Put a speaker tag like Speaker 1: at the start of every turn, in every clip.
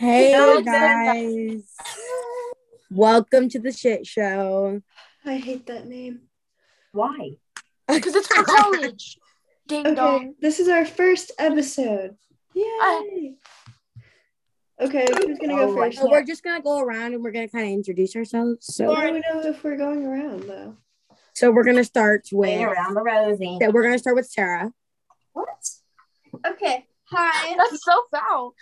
Speaker 1: Hey
Speaker 2: Hello,
Speaker 1: guys, welcome to the shit show.
Speaker 3: I hate that name.
Speaker 2: Why?
Speaker 4: Because it's for college. Ding
Speaker 3: Okay,
Speaker 4: dong.
Speaker 3: this is our first episode. Yay! okay, who's gonna go
Speaker 2: Oh,
Speaker 3: first?
Speaker 1: So we're just gonna go around and we're gonna kind of introduce ourselves.
Speaker 3: How
Speaker 1: So,
Speaker 3: do we know if we're going around though?
Speaker 1: so we're gonna start
Speaker 2: Way
Speaker 1: with.
Speaker 2: around the rosy.
Speaker 1: That we're gonna start with Sarah.
Speaker 2: What?
Speaker 5: Okay. Hi.
Speaker 4: That's so foul.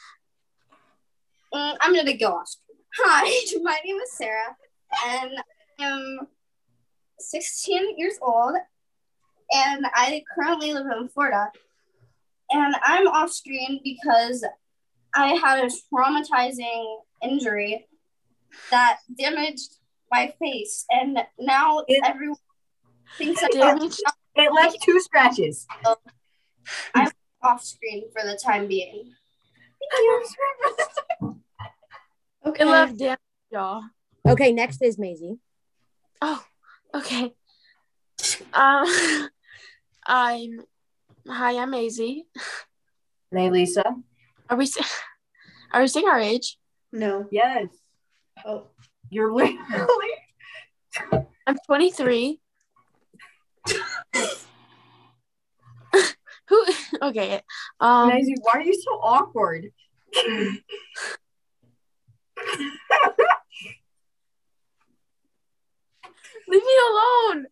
Speaker 5: Mm, I'm gonna go off. Hi, my name is Sarah, and I'm 16 years old, and I currently live in Florida. And I'm off screen because I had a traumatizing injury that damaged my face, and now
Speaker 2: It-
Speaker 5: everyone thinks I'm
Speaker 4: Damage.
Speaker 2: It left two scratches.
Speaker 5: off screen for the time being.
Speaker 3: Okay.
Speaker 4: It left damage, y'all.
Speaker 1: Okay, next is Maisie.
Speaker 4: Oh, okay. Um, I'm. Hi, I'm Maisie.
Speaker 2: And hey, Lisa.
Speaker 4: Are we? s- Are we saying our age?
Speaker 3: No.
Speaker 2: Yes.
Speaker 3: Oh,
Speaker 2: You're literally.
Speaker 4: I'm 23. Who? Okay. Um.
Speaker 2: Maisie, why are you so awkward?
Speaker 4: Leave me alone.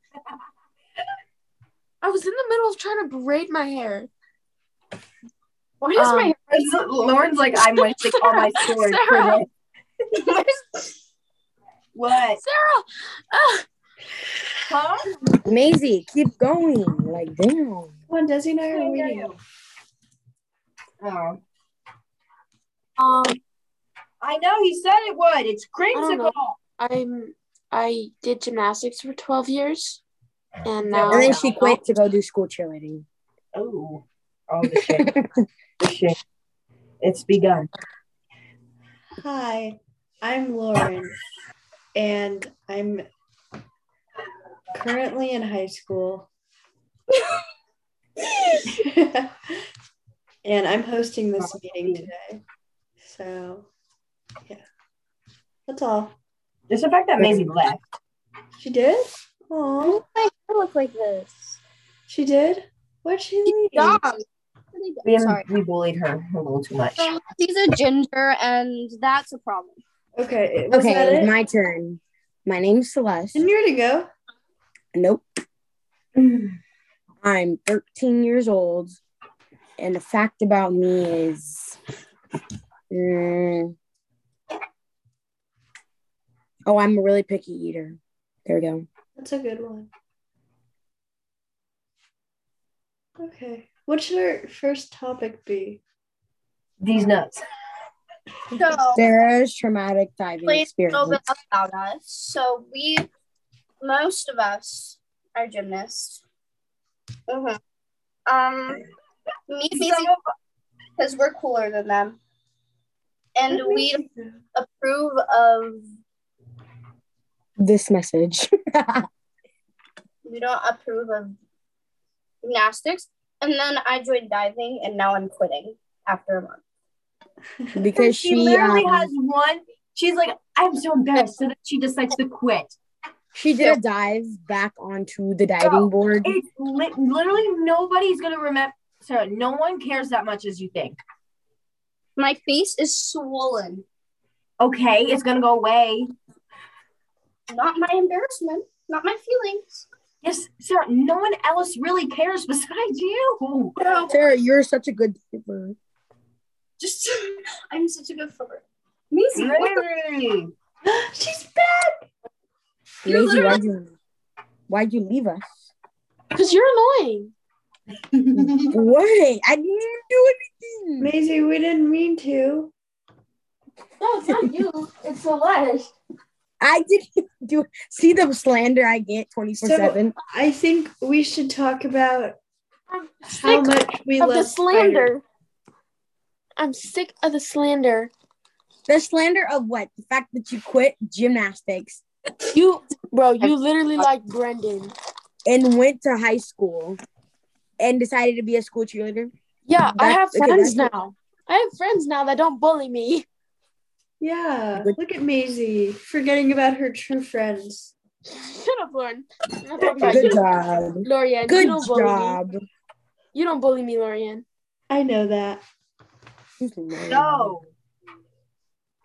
Speaker 4: I was in the middle of trying to braid my hair.
Speaker 2: Why is
Speaker 4: Um,
Speaker 2: my hair? Lauren's like, I'm wasting all my storage. for
Speaker 4: Sarah.
Speaker 2: this. what?
Speaker 4: Sarah. Ah.
Speaker 2: Huh?
Speaker 1: Maisie, keep going. Like damn.
Speaker 3: come on, Desi and I are reading.
Speaker 2: Oh.
Speaker 4: um.
Speaker 2: I know he said it would. It's
Speaker 4: don't know.
Speaker 2: creamsicle.
Speaker 4: I'm I did gymnastics for 12 years and now
Speaker 1: And then she quit to go do school cheerleading.
Speaker 2: Oh. Oh, the shit. the shit. It's begun.
Speaker 3: Hi, I'm Lauren, and I'm currently in high school. and I'm hosting this meeting today. So, yeah. That's all.
Speaker 2: Just the fact that Maisie left.
Speaker 3: She did? Aw.
Speaker 5: look like this.
Speaker 3: She did? Why'd she leave?
Speaker 2: We,
Speaker 5: Sorry.
Speaker 2: we bullied her a little too much.
Speaker 5: So she's a ginger, and that's a problem.
Speaker 3: Okay. Was that
Speaker 1: Okay,
Speaker 3: it?
Speaker 1: my turn. My name's Celeste.
Speaker 3: Didn't you to go?
Speaker 1: Nope. I'm 13 years old, and the fact about me is, Mm. oh, I'm a really picky eater. There we go.
Speaker 3: That's a good one. Okay. What should our first topic be?
Speaker 2: These nuts.
Speaker 5: So
Speaker 1: Sarah's traumatic diving
Speaker 5: explain a little
Speaker 1: experience.
Speaker 5: bit about us. So we, most of us, are gymnasts. Mhm. Um, me because we're cooler than them, and
Speaker 3: Mm-hmm.
Speaker 5: we approve of.
Speaker 1: This message.
Speaker 5: We don't approve of gymnastics. And then I joined diving, and now I'm quitting after a month.
Speaker 1: because
Speaker 2: she,
Speaker 1: she,
Speaker 2: literally
Speaker 1: um,
Speaker 2: has one. She's like, I'm so embarrassed. So then she decides to quit.
Speaker 1: she did a dive back onto the diving board.
Speaker 2: It's li- literally nobody's gonna remember. Sarah, no one cares that much as you think.
Speaker 5: My face is swollen.
Speaker 2: Okay, it's gonna go away.
Speaker 5: not my embarrassment, not my feelings.
Speaker 2: Yes, Sarah. No one else really cares besides you.
Speaker 1: Sarah, you're such a good diver.
Speaker 5: Just, I'm such a good flipper.
Speaker 2: Mm-hmm.
Speaker 5: Maisie, what the-
Speaker 2: Literally.
Speaker 3: She's back.
Speaker 5: You're
Speaker 1: Maisie,
Speaker 5: literally-
Speaker 1: why'd you, why'd you leave us?
Speaker 4: because you're annoying.
Speaker 1: What? I didn't do anything.
Speaker 3: Maisie, we didn't mean to.
Speaker 4: No, it's not you. It's Celeste.
Speaker 1: I didn't do see the slander I get 24 7.
Speaker 3: I think we should talk about
Speaker 4: I'm
Speaker 3: how
Speaker 4: sick
Speaker 3: much we
Speaker 4: of
Speaker 3: love
Speaker 4: the
Speaker 3: Spider-
Speaker 4: slander. I'm sick of the slander.
Speaker 1: The slander of what? The fact that you quit gymnastics
Speaker 4: You bro, you literally like Brendan.
Speaker 1: and went to high school and decided to be a school cheerleader.
Speaker 4: Yeah, I
Speaker 1: That's-
Speaker 4: have
Speaker 1: okay,
Speaker 4: friends
Speaker 1: that's-
Speaker 4: now. I have friends now that don't bully me.
Speaker 3: Yeah. Look at Maisie forgetting about her true friends.
Speaker 4: Shut up, Lauren. I'm not talking about
Speaker 1: Good
Speaker 4: you.
Speaker 1: job.
Speaker 4: Lorianne, you
Speaker 1: Good
Speaker 4: don't bully me.
Speaker 1: job.
Speaker 4: You don't bully me, Lorianne.
Speaker 3: I know that.
Speaker 2: No.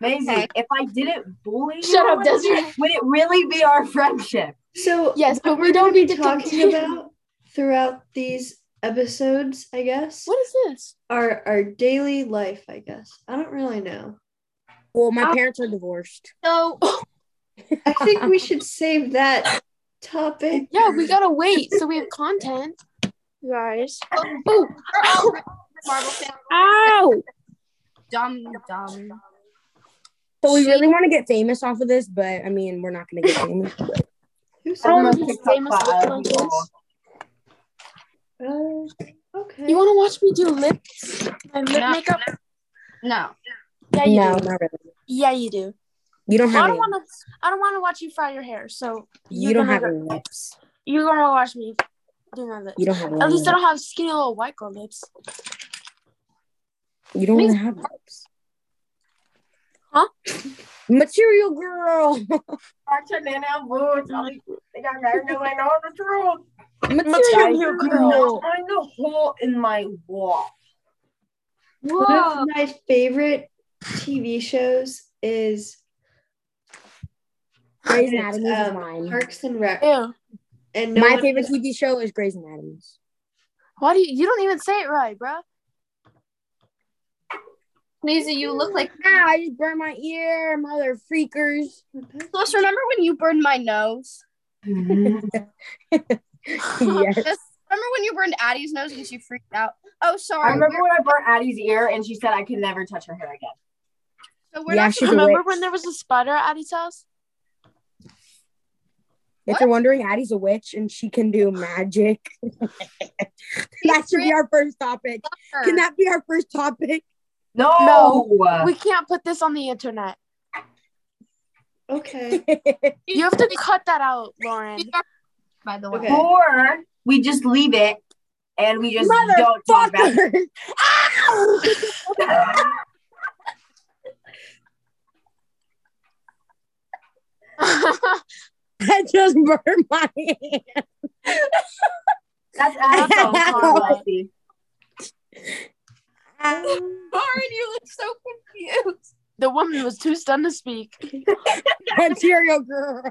Speaker 2: Maisie, if I didn't bully you,
Speaker 4: Shut up, Desiree.
Speaker 2: would it really be our friendship?
Speaker 3: So
Speaker 4: Yes,
Speaker 3: what
Speaker 4: but we
Speaker 3: we're gonna
Speaker 4: don't
Speaker 3: be
Speaker 4: need to
Speaker 3: talking
Speaker 4: continue.
Speaker 3: about throughout these episodes, I guess.
Speaker 4: What is this?
Speaker 3: Our our daily life, I guess. I don't really know.
Speaker 1: Well, my parents are divorced.
Speaker 6: So
Speaker 3: I think we should save that topic.
Speaker 4: Yeah, we gotta wait so we have content. You guys. Oh,
Speaker 6: we're all Marvel fans.
Speaker 4: ow!
Speaker 6: Dumb, dumb.
Speaker 1: So we really want to get famous off of this, but I mean, we're not going to get famous.
Speaker 3: Who
Speaker 4: I don't
Speaker 3: said
Speaker 4: know
Speaker 2: Almost
Speaker 4: if it's
Speaker 2: TikTok
Speaker 4: famous or
Speaker 2: files,
Speaker 4: not.
Speaker 2: people.
Speaker 3: that? Uh, okay.
Speaker 4: You wanna watch me do lips? My lip
Speaker 6: No.
Speaker 4: makeup?
Speaker 6: No.
Speaker 4: Yeah, you
Speaker 1: No,
Speaker 4: do.
Speaker 1: not really.
Speaker 4: Yeah, you do.
Speaker 1: You don't
Speaker 4: I
Speaker 1: have
Speaker 4: don't
Speaker 1: any.
Speaker 4: wanna I don't wanna watch you fry your hair, so
Speaker 1: You don't
Speaker 4: gonna
Speaker 1: have
Speaker 4: go-
Speaker 1: any lips.
Speaker 4: you're gonna watch me do my lips.
Speaker 1: You don't have any.
Speaker 4: At least I
Speaker 1: lips.
Speaker 4: don't have skinny little white girl lips.
Speaker 1: You don't even have lips.
Speaker 4: Huh?
Speaker 1: Material girl.
Speaker 2: Artanina Woods. I think I gotta do it all the truth.
Speaker 1: Material
Speaker 2: Guys, you
Speaker 1: girl.
Speaker 2: don't find the hole in my wall.
Speaker 3: One of my favorite TV shows is
Speaker 1: Grey's
Speaker 3: It's,
Speaker 1: Anatomy is
Speaker 3: um,
Speaker 1: mine.
Speaker 3: Parks and Rec.
Speaker 4: Ew.
Speaker 3: And no
Speaker 1: My
Speaker 3: one-
Speaker 1: favorite TV show is Grey's Anatomy.
Speaker 4: Why do you you don't even say it right, bruh?
Speaker 6: Maisie, you look like.
Speaker 1: Ah, I just burned my ear, mother freakers.
Speaker 6: Plus, remember when you burned my nose?
Speaker 1: yes.
Speaker 6: Just remember when you burned Addie's nose and she freaked out. Oh,
Speaker 2: I
Speaker 6: sorry.
Speaker 2: remember when I burnt Addie's ear and she said I could never touch her hair again.
Speaker 6: so we're
Speaker 1: Yeah,
Speaker 6: not
Speaker 1: she- She's
Speaker 4: Remember
Speaker 1: a witch.
Speaker 4: when there was a spider at Addie's house?
Speaker 1: If you're wondering, Addie's a witch and she can do magic. that should be our first topic.
Speaker 6: sure.
Speaker 1: Can that be our first topic?
Speaker 2: No.
Speaker 4: We can't put this on the internet.
Speaker 3: Okay.
Speaker 4: You have to cut that out, Lauren.
Speaker 6: by the way.
Speaker 3: Okay.
Speaker 2: Or we just leave it and we just don't talk about it.
Speaker 1: Fucker. I just burned my hand.
Speaker 2: That's awesome.
Speaker 1: Ow.
Speaker 2: Lexi.
Speaker 6: Lauren, you look so confused.
Speaker 4: the woman was too stunned to speak.
Speaker 1: Material girl.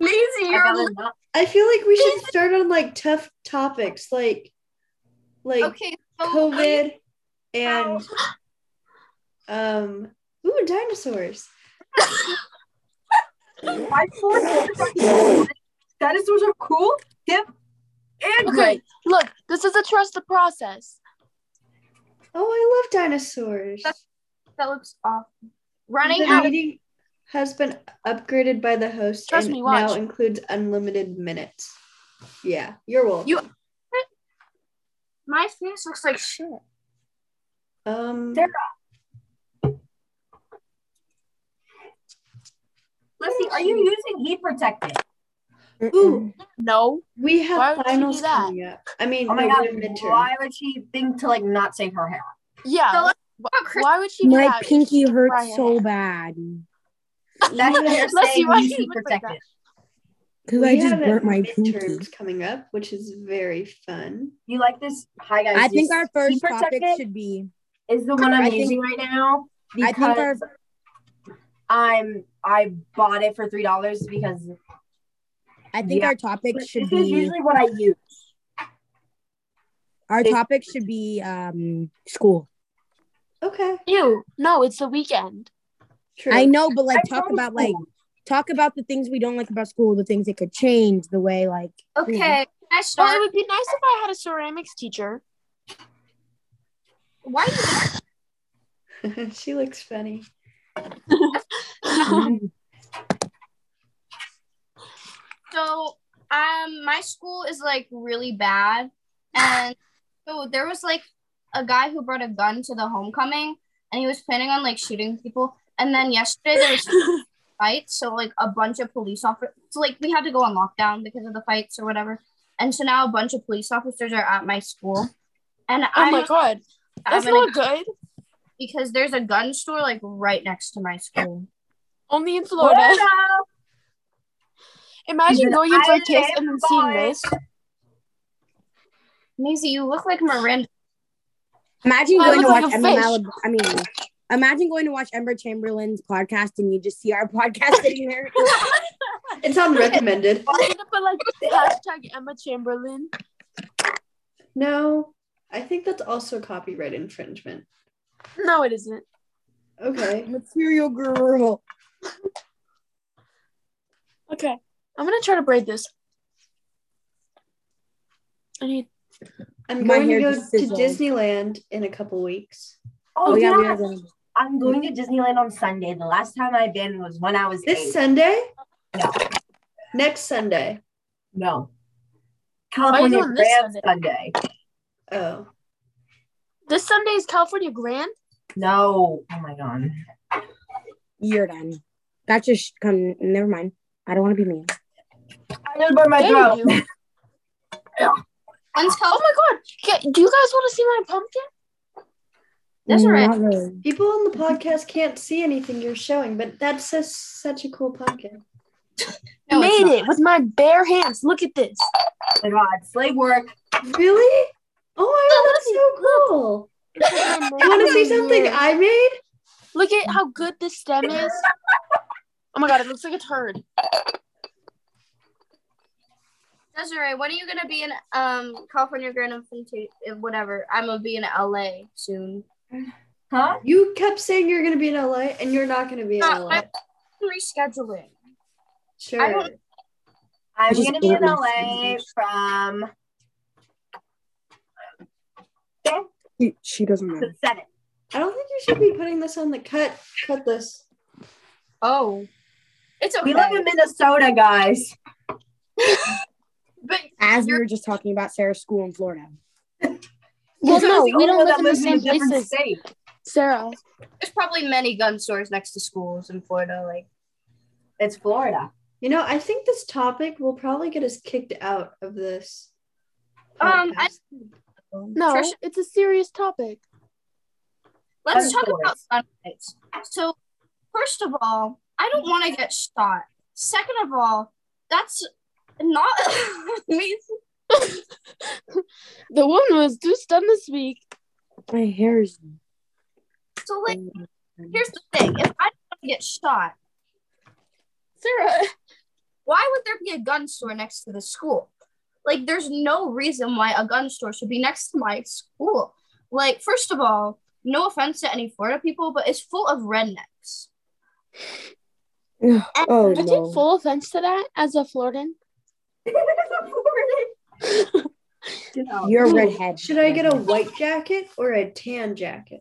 Speaker 6: Maisie,
Speaker 2: I
Speaker 6: you're
Speaker 2: gotta
Speaker 6: li-
Speaker 2: not-
Speaker 3: I feel like we should start on like tough topics like like
Speaker 6: okay. So
Speaker 3: COVID and um ooh dinosaurs.
Speaker 2: I thought dinosaurs are cool, dip, and
Speaker 4: Okay,
Speaker 2: great.
Speaker 4: look, this is a trust the process.
Speaker 3: Oh, I love dinosaurs.
Speaker 6: that looks off. Running
Speaker 3: the
Speaker 6: out.
Speaker 3: meeting has been upgraded by the host
Speaker 4: Trust
Speaker 3: and
Speaker 4: me, watch.
Speaker 3: now includes unlimited minutes. Yeah, you're welcome.
Speaker 6: You- My face looks like shit.
Speaker 3: um
Speaker 2: Sarah. Listen, are you using heat protectant?
Speaker 3: ooh,
Speaker 4: No.
Speaker 3: we
Speaker 4: Why
Speaker 3: have
Speaker 4: would you do
Speaker 3: finals
Speaker 4: that?
Speaker 3: coming up. I mean,
Speaker 2: Oh my
Speaker 3: no,
Speaker 2: god,
Speaker 3: we're midterm.
Speaker 2: why would she think to like not save her hair?
Speaker 6: So
Speaker 4: Yeah.
Speaker 6: let's about Chris-
Speaker 4: Why would she do
Speaker 1: My
Speaker 4: that?
Speaker 1: pinky hurts
Speaker 4: Brian.
Speaker 1: so bad
Speaker 2: That's what
Speaker 3: Yeah.
Speaker 2: they're
Speaker 4: Lexi,
Speaker 2: saying.
Speaker 4: why
Speaker 2: Use
Speaker 4: you
Speaker 2: heat
Speaker 4: look like
Speaker 2: protectant.
Speaker 1: because
Speaker 3: We
Speaker 1: I just
Speaker 3: have
Speaker 1: burnt my pinky.
Speaker 3: midterms coming up, which is very fun.
Speaker 2: You like this? Hi guys.
Speaker 1: I think
Speaker 2: this
Speaker 1: our first
Speaker 2: heat
Speaker 1: topic
Speaker 2: protectant
Speaker 1: should be.
Speaker 2: is the one I'm
Speaker 1: I think-
Speaker 2: using right now
Speaker 1: I
Speaker 2: because
Speaker 1: think our
Speaker 2: I'm I bought it for three dollars because
Speaker 1: I think
Speaker 2: Yeah.
Speaker 1: our topic
Speaker 2: this
Speaker 1: should
Speaker 2: is
Speaker 1: be
Speaker 2: usually what I use.
Speaker 1: our
Speaker 2: this-
Speaker 1: topic should be um school.
Speaker 3: Okay,
Speaker 4: Ew. No, it's the weekend.
Speaker 3: true.
Speaker 1: I know, but like
Speaker 2: I
Speaker 1: talk
Speaker 2: go to
Speaker 1: about like
Speaker 2: school.
Speaker 1: talk about the things we don't like about school, the things that could change, the way like
Speaker 6: Okay. Can I start?
Speaker 4: Well, it would be nice if I had a ceramics teacher.
Speaker 6: Why do you
Speaker 3: she looks funny.
Speaker 4: Oh
Speaker 6: So, um, my school is like really bad, and so there was like a guy who brought a gun to the homecoming, and he was planning on like shooting people. And then yesterday there was a fight, so like a bunch of police officers, so like we had to go on lockdown because of the fights or whatever. And so now a bunch of police officers are at my school, and
Speaker 4: Oh
Speaker 6: I'm
Speaker 4: my god.
Speaker 6: I'm
Speaker 4: That's
Speaker 6: gonna-
Speaker 4: not good.
Speaker 5: because there's a gun store like right next to my school.
Speaker 4: Only in Florida. Imagine
Speaker 2: Even
Speaker 4: going into
Speaker 2: I
Speaker 4: a case
Speaker 2: live
Speaker 4: and then seeing
Speaker 2: by-
Speaker 4: this.
Speaker 5: Maisie, you look like Miranda.
Speaker 1: Imagine
Speaker 4: I
Speaker 1: going to
Speaker 4: look
Speaker 1: watch
Speaker 4: like a
Speaker 1: Emma
Speaker 4: fish.
Speaker 1: Malib- I mean, imagine going to watch Ember Chamberlain's podcast and you just see our podcast sitting there.
Speaker 3: It's unrecommended.
Speaker 4: I'm gonna put like hashtag Emma Chamberlain.
Speaker 3: No, I think that's also copyright infringement.
Speaker 4: No, it isn't.
Speaker 3: Okay.
Speaker 1: Material girl.
Speaker 4: Okay. I'm gonna try to braid this. I need
Speaker 3: I'm
Speaker 1: My
Speaker 3: going to
Speaker 1: hair
Speaker 3: go
Speaker 1: just
Speaker 3: to
Speaker 1: sizzled.
Speaker 3: Disneyland in a couple weeks.
Speaker 2: Oh,
Speaker 1: we
Speaker 2: yeah,
Speaker 1: are going.
Speaker 2: I'm going to Disneyland on Sunday. The last time I've been was when I was
Speaker 3: This
Speaker 2: eight.
Speaker 3: Sunday?
Speaker 2: No.
Speaker 3: Next Sunday.
Speaker 2: no. California
Speaker 4: doing this
Speaker 2: Grand
Speaker 4: Sunday?
Speaker 2: Sunday.
Speaker 3: Oh.
Speaker 4: this Sunday is California Grand.
Speaker 2: No. Oh my god.
Speaker 1: You're done. That just come. Never mind. I don't want to be mean.
Speaker 2: I gotta burn my
Speaker 4: There
Speaker 2: throat.
Speaker 4: you do.
Speaker 5: When's
Speaker 4: Oh
Speaker 5: Cal-
Speaker 4: my god! Ca- Do you guys want to see my pumpkin?
Speaker 5: That's all right.
Speaker 1: Not really.
Speaker 3: People on the podcast can't see anything you're showing, but that's a, such a cool pumpkin.
Speaker 5: No, it's
Speaker 4: Made
Speaker 5: not.
Speaker 4: it with my bare hands. Look at this.
Speaker 2: Oh my god. Slave work.
Speaker 3: Really? Oh my god, that's so cool. You want to see something I made?
Speaker 4: Look at how good this stem is. Oh my god! It looks like a turd.
Speaker 5: Desiree, when are you gonna be in um California Grand Infantry, eh, whatever? I'm gonna be in LA soon.
Speaker 2: Huh?
Speaker 3: You kept saying you're going to be in LA and you're not going to be in
Speaker 5: Uh,
Speaker 3: LA.
Speaker 5: Rescheduling. I
Speaker 3: Sure.
Speaker 5: don't-
Speaker 2: I'm
Speaker 1: just
Speaker 2: gonna be in
Speaker 1: don't
Speaker 2: LA
Speaker 1: understand.
Speaker 2: from
Speaker 1: She, she doesn't know.
Speaker 2: the seventh.
Speaker 3: I don't think you should be putting this on the cut. Cut this.
Speaker 5: Oh, it's okay.
Speaker 2: We live in Minnesota, guys.
Speaker 5: but
Speaker 1: As we were just talking about Sarah's school in Florida.
Speaker 4: Well,
Speaker 2: There's
Speaker 4: no,
Speaker 2: only
Speaker 4: we don't
Speaker 2: one
Speaker 4: live
Speaker 2: that
Speaker 4: in the
Speaker 2: lives
Speaker 4: same
Speaker 2: a different
Speaker 4: places.
Speaker 2: state.
Speaker 4: Sarah,
Speaker 5: there's probably many gun stores next to schools in Florida. Like,
Speaker 2: It's Florida.
Speaker 3: You know, I think this topic will probably get us kicked out of this.
Speaker 5: Um, I-
Speaker 3: podcast.
Speaker 4: no,
Speaker 5: Trisha-
Speaker 4: it's a serious topic.
Speaker 5: let's
Speaker 2: Gun
Speaker 5: talk about gun rights. So, first of all, I don't want to get shot. Second of all, that's not. me.
Speaker 4: The woman was too stunned to speak.
Speaker 1: My hair is.
Speaker 5: so like, here's the thing: if I don't want to get shot,
Speaker 4: Sarah,
Speaker 5: why would there be a gun store next to the school? Like, there's no reason why a gun store should be next to my school. Like, first of all, no offense to any Florida people, but it's full of rednecks.
Speaker 1: Oh
Speaker 4: I take
Speaker 1: no.
Speaker 4: full offense to that as a Floridian.
Speaker 2: You know,
Speaker 1: You're redhead.
Speaker 3: Should I get a white jacket or a tan jacket?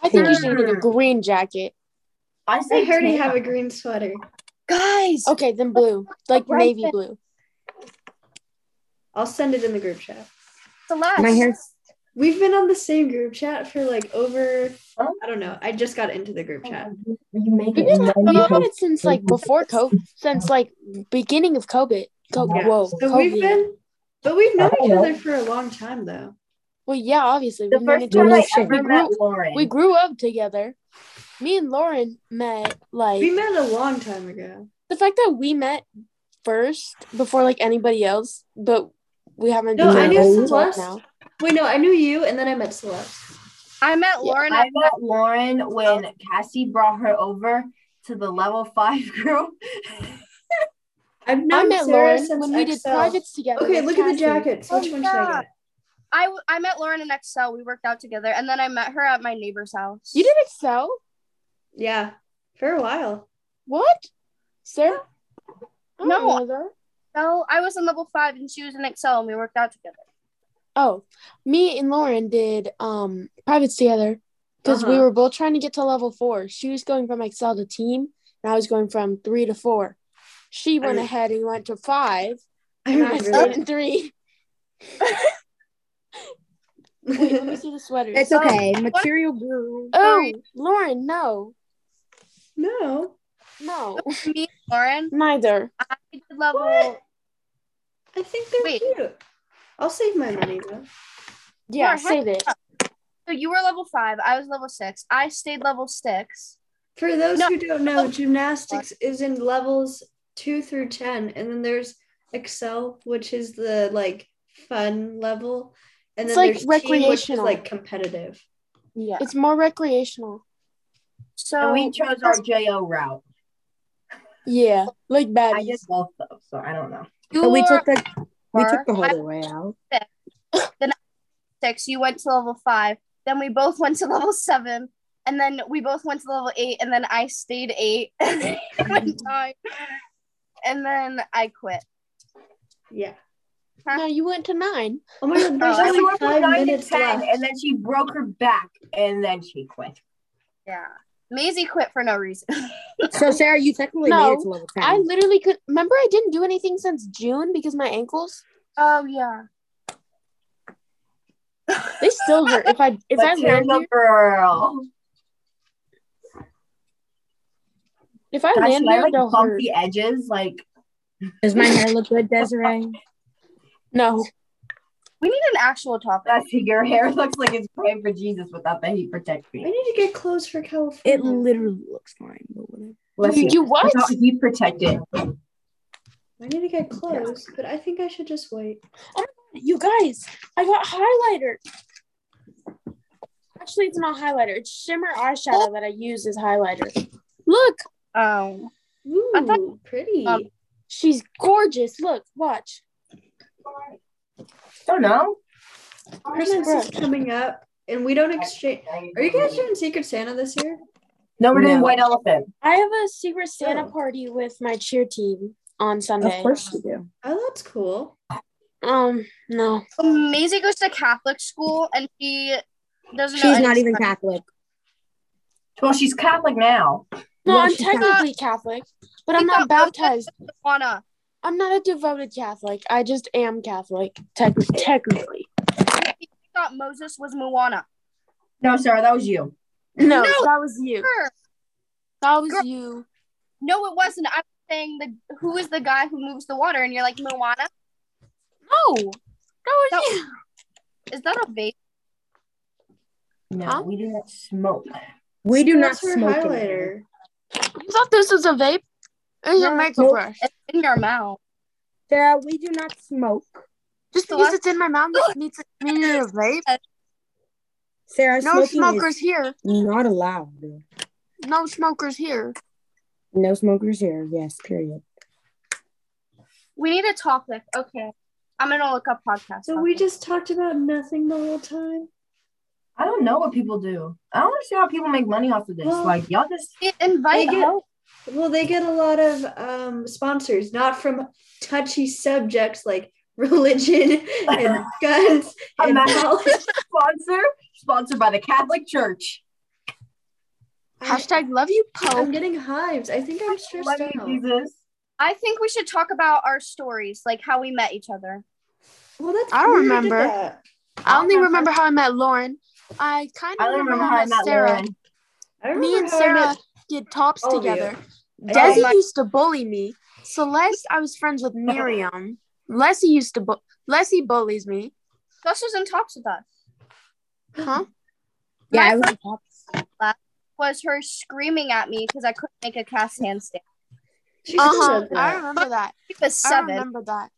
Speaker 4: I think you should get a green jacket.
Speaker 2: I
Speaker 3: I
Speaker 2: say
Speaker 3: already
Speaker 2: tan.
Speaker 3: have a green sweater.
Speaker 1: guys?
Speaker 4: Okay, then blue, like
Speaker 5: Right
Speaker 4: navy
Speaker 5: there.
Speaker 4: blue.
Speaker 3: I'll send it in the group chat.
Speaker 5: The last.
Speaker 1: My hair's.
Speaker 3: We've been on the same group chat for like over,
Speaker 2: Huh?
Speaker 4: Oh.
Speaker 3: I don't know. I just got into the group chat.
Speaker 2: You make
Speaker 4: We've
Speaker 2: it.
Speaker 4: been talking about
Speaker 2: known.
Speaker 4: it since like before COVID, since like beginning of COVID. Co-
Speaker 3: Yeah.
Speaker 4: Whoa,
Speaker 3: So we've
Speaker 4: Oh, COVID. Oh.
Speaker 3: been, but we've known each
Speaker 2: Hello.
Speaker 3: other for a long time though.
Speaker 4: well, yeah, obviously.
Speaker 2: The
Speaker 4: we've known
Speaker 2: first
Speaker 4: each other.
Speaker 2: time I
Speaker 1: shit.
Speaker 2: ever
Speaker 4: We
Speaker 2: met
Speaker 4: grew-
Speaker 2: Lauren.
Speaker 4: we grew up together. Me and Lauren met like
Speaker 3: We met a long time ago.
Speaker 4: the fact that we met first before like anybody else, but we haven't.
Speaker 3: No,
Speaker 4: been
Speaker 1: I knew
Speaker 4: friends
Speaker 3: Celeste.
Speaker 4: now.
Speaker 3: Wait, no, I knew you and then I met Celeste.
Speaker 5: I met
Speaker 4: Yeah,
Speaker 5: Lauren.
Speaker 2: I met Lauren when Cassie brought her over to the level five group.
Speaker 3: I've
Speaker 4: I
Speaker 3: known
Speaker 4: met
Speaker 3: Sarah
Speaker 4: Lauren
Speaker 3: since
Speaker 4: when we did
Speaker 3: XL.
Speaker 4: privates together.
Speaker 3: Okay,
Speaker 4: with
Speaker 3: look at the
Speaker 4: Cassie.
Speaker 3: jackets. Which one should I get?
Speaker 5: I, w- I met Lauren in Excel. We worked out together, and then I met her at my neighbor's house.
Speaker 4: You did Excel?
Speaker 3: Yeah, for a while.
Speaker 4: What, Sarah? I don't
Speaker 5: No.
Speaker 4: know that.
Speaker 5: Excel? I was in level five, and she was in Excel, and we worked out together.
Speaker 4: Oh, me and Lauren did um privates together because we
Speaker 3: Uh-huh.
Speaker 4: were both trying to get to level four. She was going from Excel to team, and I was going from three to four. She went
Speaker 3: I-
Speaker 4: ahead and went to five,
Speaker 3: I
Speaker 4: and I
Speaker 3: remember.
Speaker 4: stayed in three. Wait, let me
Speaker 3: it.
Speaker 4: see the sweaters.
Speaker 1: It's okay. Material girl.
Speaker 4: Oh, Lauren, no,
Speaker 3: no,
Speaker 4: no,
Speaker 5: Me, and Lauren,
Speaker 4: neither.
Speaker 5: I did level.
Speaker 3: What? I think they're
Speaker 5: Wait.
Speaker 3: cute. I'll save my money though.
Speaker 4: Yeah,
Speaker 5: Lauren, how-
Speaker 4: save it.
Speaker 5: So you were level five. I was level six. I stayed level six.
Speaker 3: For those
Speaker 5: No.
Speaker 3: who don't know, gymnastics is in levels two through 10. And then there's Excel, which is the like fun level. And
Speaker 4: It's
Speaker 3: then
Speaker 4: like
Speaker 3: there's Team, which is
Speaker 4: recreational.
Speaker 3: like competitive.
Speaker 2: Yeah.
Speaker 4: It's more recreational.
Speaker 5: So
Speaker 2: And we chose our JO route.
Speaker 4: Yeah, like
Speaker 2: I
Speaker 4: bad.
Speaker 2: just love them, so I don't know.
Speaker 5: you
Speaker 1: But we
Speaker 5: were
Speaker 1: took the we took the
Speaker 5: I-
Speaker 1: harder way out.
Speaker 5: six. You went to level five. Then we both went to level seven. And then we both went to level eight. And then I stayed eight. Went nine. and then I quit.
Speaker 3: Yeah.
Speaker 4: No, you went to nine.
Speaker 3: Oh my god, there's
Speaker 5: Oh,
Speaker 2: we
Speaker 3: only
Speaker 2: went from
Speaker 3: five
Speaker 2: nine to
Speaker 3: minutes
Speaker 2: ten,
Speaker 3: left.
Speaker 2: and then she broke her back, and then she quit.
Speaker 5: Yeah. Maisie quit for no reason.
Speaker 1: So Sarah, you technically
Speaker 4: No,
Speaker 1: made it to level ten.
Speaker 4: I literally could. Remember, I didn't do anything since June because my ankles
Speaker 5: Oh yeah.
Speaker 4: they still hurt. If I if I
Speaker 2: Let's hear
Speaker 4: land
Speaker 2: the
Speaker 4: here,
Speaker 2: girl.
Speaker 4: if I
Speaker 2: Guys,
Speaker 4: land
Speaker 2: should I
Speaker 4: here,
Speaker 2: like
Speaker 4: they'll
Speaker 2: bump
Speaker 4: hurt.
Speaker 2: the edges? Like
Speaker 1: Does my hair look good, Desiree?
Speaker 4: No,
Speaker 5: We need an actual topic.
Speaker 2: that's your hair looks like it's praying for Jesus without the heat
Speaker 3: I
Speaker 2: protecting.
Speaker 3: need to get clothes for
Speaker 1: It
Speaker 3: California.
Speaker 1: literally looks fine, but whatever.
Speaker 2: Let's
Speaker 4: you,
Speaker 2: see.
Speaker 4: you what?
Speaker 2: Without heat protected.
Speaker 3: I need to get clothes, but I think I should just wait.
Speaker 4: You guys, I got highlighter. Actually, it's not highlighter. It's shimmer eyeshadow that I use as highlighter. Look,
Speaker 5: Um,
Speaker 3: Ooh,
Speaker 5: I thought-
Speaker 3: pretty.
Speaker 5: Um,
Speaker 4: she's gorgeous. Look, watch.
Speaker 2: Don't know.
Speaker 3: Christmas is coming up, and we don't exchange. Are you guys doing Secret Santa this year?
Speaker 2: No, we're doing
Speaker 1: No.
Speaker 2: white elephant.
Speaker 4: I have a Secret Santa
Speaker 3: Oh.
Speaker 4: party with my cheer team on Sunday.
Speaker 1: Of course you do.
Speaker 3: Oh, that's cool.
Speaker 4: Um, no.
Speaker 5: Maisie goes to Catholic school and she doesn't. know
Speaker 1: She's not
Speaker 5: any
Speaker 1: even
Speaker 5: Spanish.
Speaker 1: Catholic.
Speaker 2: Well, she's Catholic now.
Speaker 4: No,
Speaker 1: Well,
Speaker 4: I'm
Speaker 1: she's not-
Speaker 4: technically Catholic, but
Speaker 5: We
Speaker 4: I'm not
Speaker 5: got voted
Speaker 4: baptized.
Speaker 5: with Juana.
Speaker 4: I'm not a devoted Catholic. I just am Catholic, tec- technically.
Speaker 5: We thought Moses was Moana.
Speaker 2: No, Sarah, that was you.
Speaker 4: No,
Speaker 5: No.
Speaker 4: that was you.
Speaker 5: Sure.
Speaker 4: That was
Speaker 5: Girl.
Speaker 4: you.
Speaker 5: No, it wasn't. I'm saying the who is the guy who moves the water, and you're like Moana.
Speaker 4: No, Oh, that was
Speaker 5: That-
Speaker 4: you.
Speaker 5: Is that a vape?
Speaker 2: No,
Speaker 4: Huh?
Speaker 2: we do not smoke.
Speaker 1: We do not
Speaker 3: That's her
Speaker 1: smoke. in here.
Speaker 3: highlighter.
Speaker 4: You thought this was a vape? It's
Speaker 5: No.
Speaker 4: a makeup
Speaker 1: Nope.
Speaker 4: brush.
Speaker 5: It's in your mouth.
Speaker 1: Sarah, we do not smoke.
Speaker 4: Just
Speaker 5: So
Speaker 4: because
Speaker 5: I-
Speaker 4: it's in my mouth doesn't mean it's- mean it's a vape.
Speaker 1: Sarah,
Speaker 4: No
Speaker 1: smoking
Speaker 4: smokers
Speaker 1: is
Speaker 4: here.
Speaker 1: not allowed.
Speaker 4: No smokers here.
Speaker 1: No smokers here. Yes, period.
Speaker 5: We need a topic. Okay, I'm gonna look up podcasts.
Speaker 3: So we just talked about nothing the whole time.
Speaker 2: I don't know what people do. I don't understand how people make money off of this.
Speaker 3: Well-
Speaker 2: Like y'all just
Speaker 5: We invite
Speaker 3: They get-
Speaker 5: help.
Speaker 3: Well, they get a lot of um, sponsors, not from touchy subjects like religion and guns and
Speaker 2: Imagine-
Speaker 3: politics.
Speaker 2: sponsor sponsored by the Catholic Church.
Speaker 4: Hashtag love you,
Speaker 3: I'm
Speaker 4: Pope.
Speaker 3: getting hives. I think I'm stressed
Speaker 2: Love you,
Speaker 3: out.
Speaker 2: Jesus.
Speaker 5: I think we should talk about our stories, like how we met each other.
Speaker 3: Well, that's
Speaker 4: I don't
Speaker 3: weird at
Speaker 4: remember.
Speaker 3: that.
Speaker 4: I only remember how I met Lauren. I kind
Speaker 2: I
Speaker 4: of
Speaker 2: don't
Speaker 4: remember,
Speaker 2: remember how I met
Speaker 4: Sarah.
Speaker 2: Lauren.
Speaker 3: I remember
Speaker 4: Me and
Speaker 3: how I
Speaker 4: Sarah
Speaker 3: met-
Speaker 4: did tops
Speaker 3: all of you.
Speaker 4: together.
Speaker 3: I
Speaker 4: Desi
Speaker 3: did.
Speaker 4: used to bully me. Celeste, I was friends with Miriam. Leslie used to bu- Leslie bullies me.
Speaker 5: Gus was in talks with us.
Speaker 4: Huh?
Speaker 1: Yeah,
Speaker 5: My
Speaker 1: I was
Speaker 5: first was her screaming at me because I couldn't make a cast handstand.
Speaker 3: She
Speaker 4: Uh huh.
Speaker 3: said
Speaker 4: I
Speaker 3: that.
Speaker 4: remember that.
Speaker 5: She was
Speaker 4: I
Speaker 5: seven.
Speaker 4: remember that.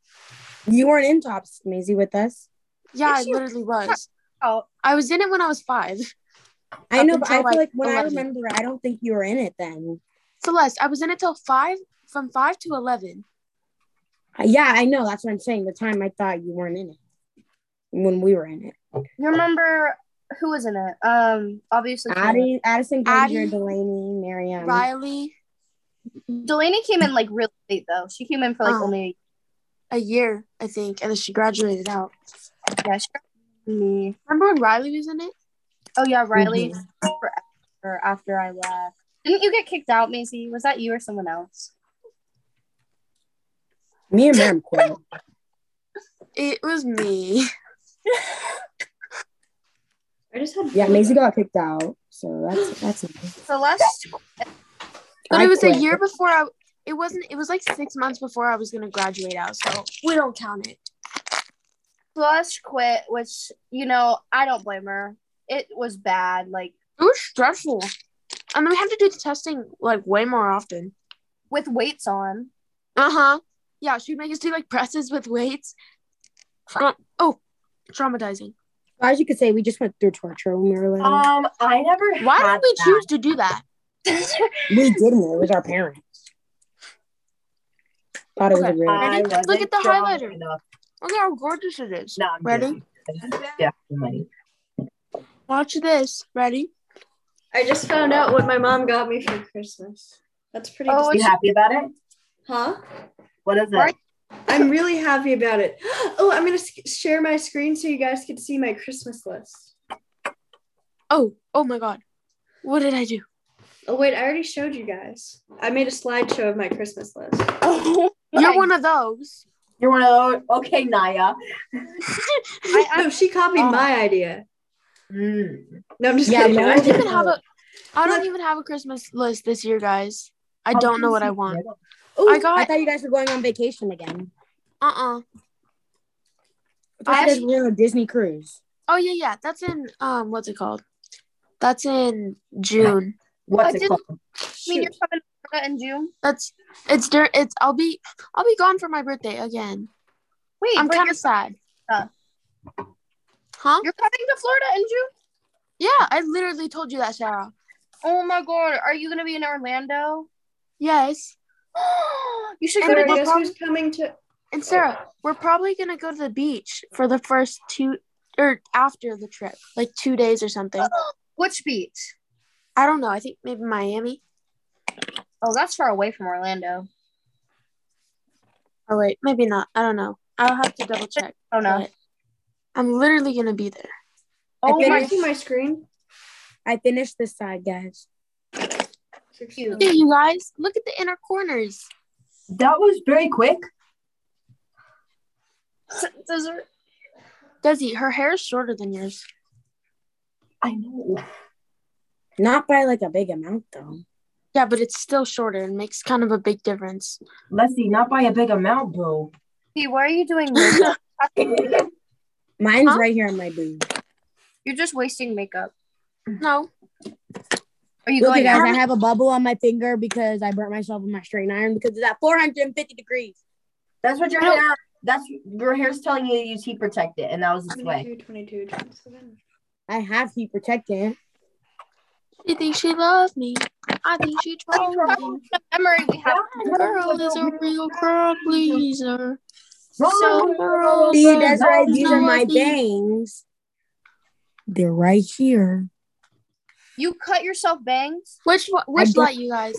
Speaker 1: You weren't in tops, Maisie, with us.
Speaker 4: Yeah, I
Speaker 5: Yes, you-
Speaker 4: literally was.
Speaker 5: Oh,
Speaker 4: I was in it when I was five.
Speaker 1: I
Speaker 4: Up
Speaker 1: know, but I feel
Speaker 4: until, like,
Speaker 1: like when I
Speaker 4: 11.
Speaker 1: remember, I don't think you were in it then.
Speaker 4: Celeste, I was in it till five, from five to eleven.
Speaker 1: Uh, Yeah, I know. That's what I'm saying. The time I thought you weren't in it when we were in it.
Speaker 5: you remember who was in it? Um, obviously Delaney.
Speaker 1: Addie, Addison, Granger,
Speaker 4: Addie.
Speaker 1: Delaney, Miriam.
Speaker 4: Riley,
Speaker 5: Delaney came in like really late though. She came in for like
Speaker 4: Oh.
Speaker 5: only
Speaker 4: a year, I think, and then she graduated out.
Speaker 5: yeah. She me.
Speaker 4: Remember when Riley was in it?
Speaker 5: Oh yeah, Riley. Forever after I left, didn't you get kicked out, Maisie? Was that you or someone else?
Speaker 1: Me and Miriam quit.
Speaker 4: It was me.
Speaker 3: I just had
Speaker 1: Yeah, Maisie got kicked out. So that's that's.
Speaker 5: Celeste.
Speaker 4: But
Speaker 1: I
Speaker 4: it was
Speaker 1: quit.
Speaker 4: a year before I. It wasn't. It was like six months before I was gonna graduate out, so we don't count it.
Speaker 5: Celeste quit, which you know I don't blame her. it was bad. Like
Speaker 4: It was stressful. And then we have to do the testing like way more often.
Speaker 5: with weights on.
Speaker 4: Uh
Speaker 1: Uh-huh.
Speaker 4: huh. Yeah, she'd make us do like presses with weights. Tra- oh, traumatizing.
Speaker 1: As you could say, we just went through torture when we were little.
Speaker 4: Uh,
Speaker 2: Um, I never.
Speaker 4: Why did
Speaker 2: had
Speaker 4: we
Speaker 2: that.
Speaker 4: choose to do that?
Speaker 1: we didn't. It was our parents. Thought it was a
Speaker 4: Okay.
Speaker 1: real.
Speaker 2: I
Speaker 4: Look at
Speaker 2: wasn't
Speaker 4: the
Speaker 2: strong
Speaker 4: highlighter.
Speaker 2: enough.
Speaker 4: Look at how gorgeous it is.
Speaker 2: No, I'm
Speaker 4: Ready?
Speaker 2: kidding. Yeah, money.
Speaker 4: Watch this. Ready?
Speaker 3: I just found out what my mom got me for Christmas. That's pretty.
Speaker 5: Oh,
Speaker 3: dis-
Speaker 2: You happy about it?
Speaker 3: huh?
Speaker 2: What is it?
Speaker 5: Right.
Speaker 3: I'm really happy about it. Oh, I'm gonna sk- share my screen so you guys can see my Christmas list.
Speaker 4: Oh, oh my God. What did I do?
Speaker 3: Oh wait, I already showed you guys. I made a slideshow of my Christmas list.
Speaker 5: Oh,
Speaker 4: You're one of those.
Speaker 2: You're one of those. Okay, Naya.
Speaker 5: I, I,
Speaker 3: no, she copied
Speaker 5: Oh.
Speaker 3: my idea.
Speaker 2: Mm.
Speaker 3: No, I'm just
Speaker 1: Yeah,
Speaker 3: kidding.
Speaker 1: no,
Speaker 4: I
Speaker 3: I
Speaker 4: don't
Speaker 3: did
Speaker 4: even have a. I don't even have a Christmas list this year, guys. I
Speaker 5: Oh,
Speaker 4: don't know what I want.
Speaker 1: Ooh,
Speaker 4: I got-
Speaker 1: I thought you guys were going on vacation again.
Speaker 4: Uh uh
Speaker 1: I thought
Speaker 4: I
Speaker 1: you guys were on a Disney cruise.
Speaker 4: Oh yeah, yeah. That's in um. What's it called? That's in June.
Speaker 5: I
Speaker 2: What's it
Speaker 5: didn't-
Speaker 2: called?
Speaker 5: mean, you're coming over in June.
Speaker 4: That's it's dur- it's I'll be I'll be gone for my birthday again.
Speaker 5: Wait,
Speaker 4: I'm
Speaker 5: but
Speaker 4: kind
Speaker 5: you're,
Speaker 4: of sad.
Speaker 5: Florida.
Speaker 4: Huh?
Speaker 5: you're coming to Florida in June.
Speaker 4: Yeah, I literally told you that, Sarah.
Speaker 5: Oh my God, are you gonna be in Orlando?
Speaker 4: Yes.
Speaker 5: you should go
Speaker 3: Sorry,
Speaker 5: to.
Speaker 3: guess who's coming to?
Speaker 4: And Sarah, we're probably going to go to the beach for the first two or after the trip, like 2 days or something.
Speaker 5: Which beach?
Speaker 4: I don't know. I think maybe Miami.
Speaker 5: Oh, that's far away from Orlando.
Speaker 4: Oh wait, maybe not. I don't know. I'll have to double check.
Speaker 5: Oh no.
Speaker 4: but I'm literally going to be there.
Speaker 1: Oh
Speaker 3: Can
Speaker 1: my-
Speaker 3: you see my screen?
Speaker 1: I finished this side, guys.
Speaker 5: Cute.
Speaker 4: Look at you guys. Look at the inner corners.
Speaker 2: That was very quick.
Speaker 5: Those are-
Speaker 4: Desi, her hair is shorter than yours.
Speaker 2: I know.
Speaker 1: Not by like a big amount though.
Speaker 4: Yeah, but it's still shorter and makes kind of a big difference.
Speaker 2: Leslie, not by a big amount, bro.
Speaker 5: Hey, why are you doing makeup?
Speaker 1: Mine's
Speaker 4: Huh?
Speaker 1: right here on my boob.
Speaker 5: You're just wasting makeup.
Speaker 4: No.
Speaker 5: Are you
Speaker 1: Look, you
Speaker 5: going
Speaker 1: guys,
Speaker 5: out?
Speaker 1: I have a bubble on my finger because I burnt myself with my straight iron because it's at 450 degrees.
Speaker 2: That's what your
Speaker 4: No.
Speaker 2: hair. That's your hair's telling you to use heat protectant, and that was its way.
Speaker 3: 22, 22, 27.
Speaker 1: I have heat protectant.
Speaker 4: She thinks she loves me. I think she trolls me.
Speaker 5: Emery, we have.
Speaker 4: The world is a real crowd pleaser. So
Speaker 2: Wrong.
Speaker 1: See, that's why
Speaker 4: No,
Speaker 1: these are my
Speaker 4: I think-
Speaker 1: bangs. They're right here.
Speaker 5: You cut yourself bangs?
Speaker 4: Which one- which
Speaker 1: don't-
Speaker 4: light, you guys?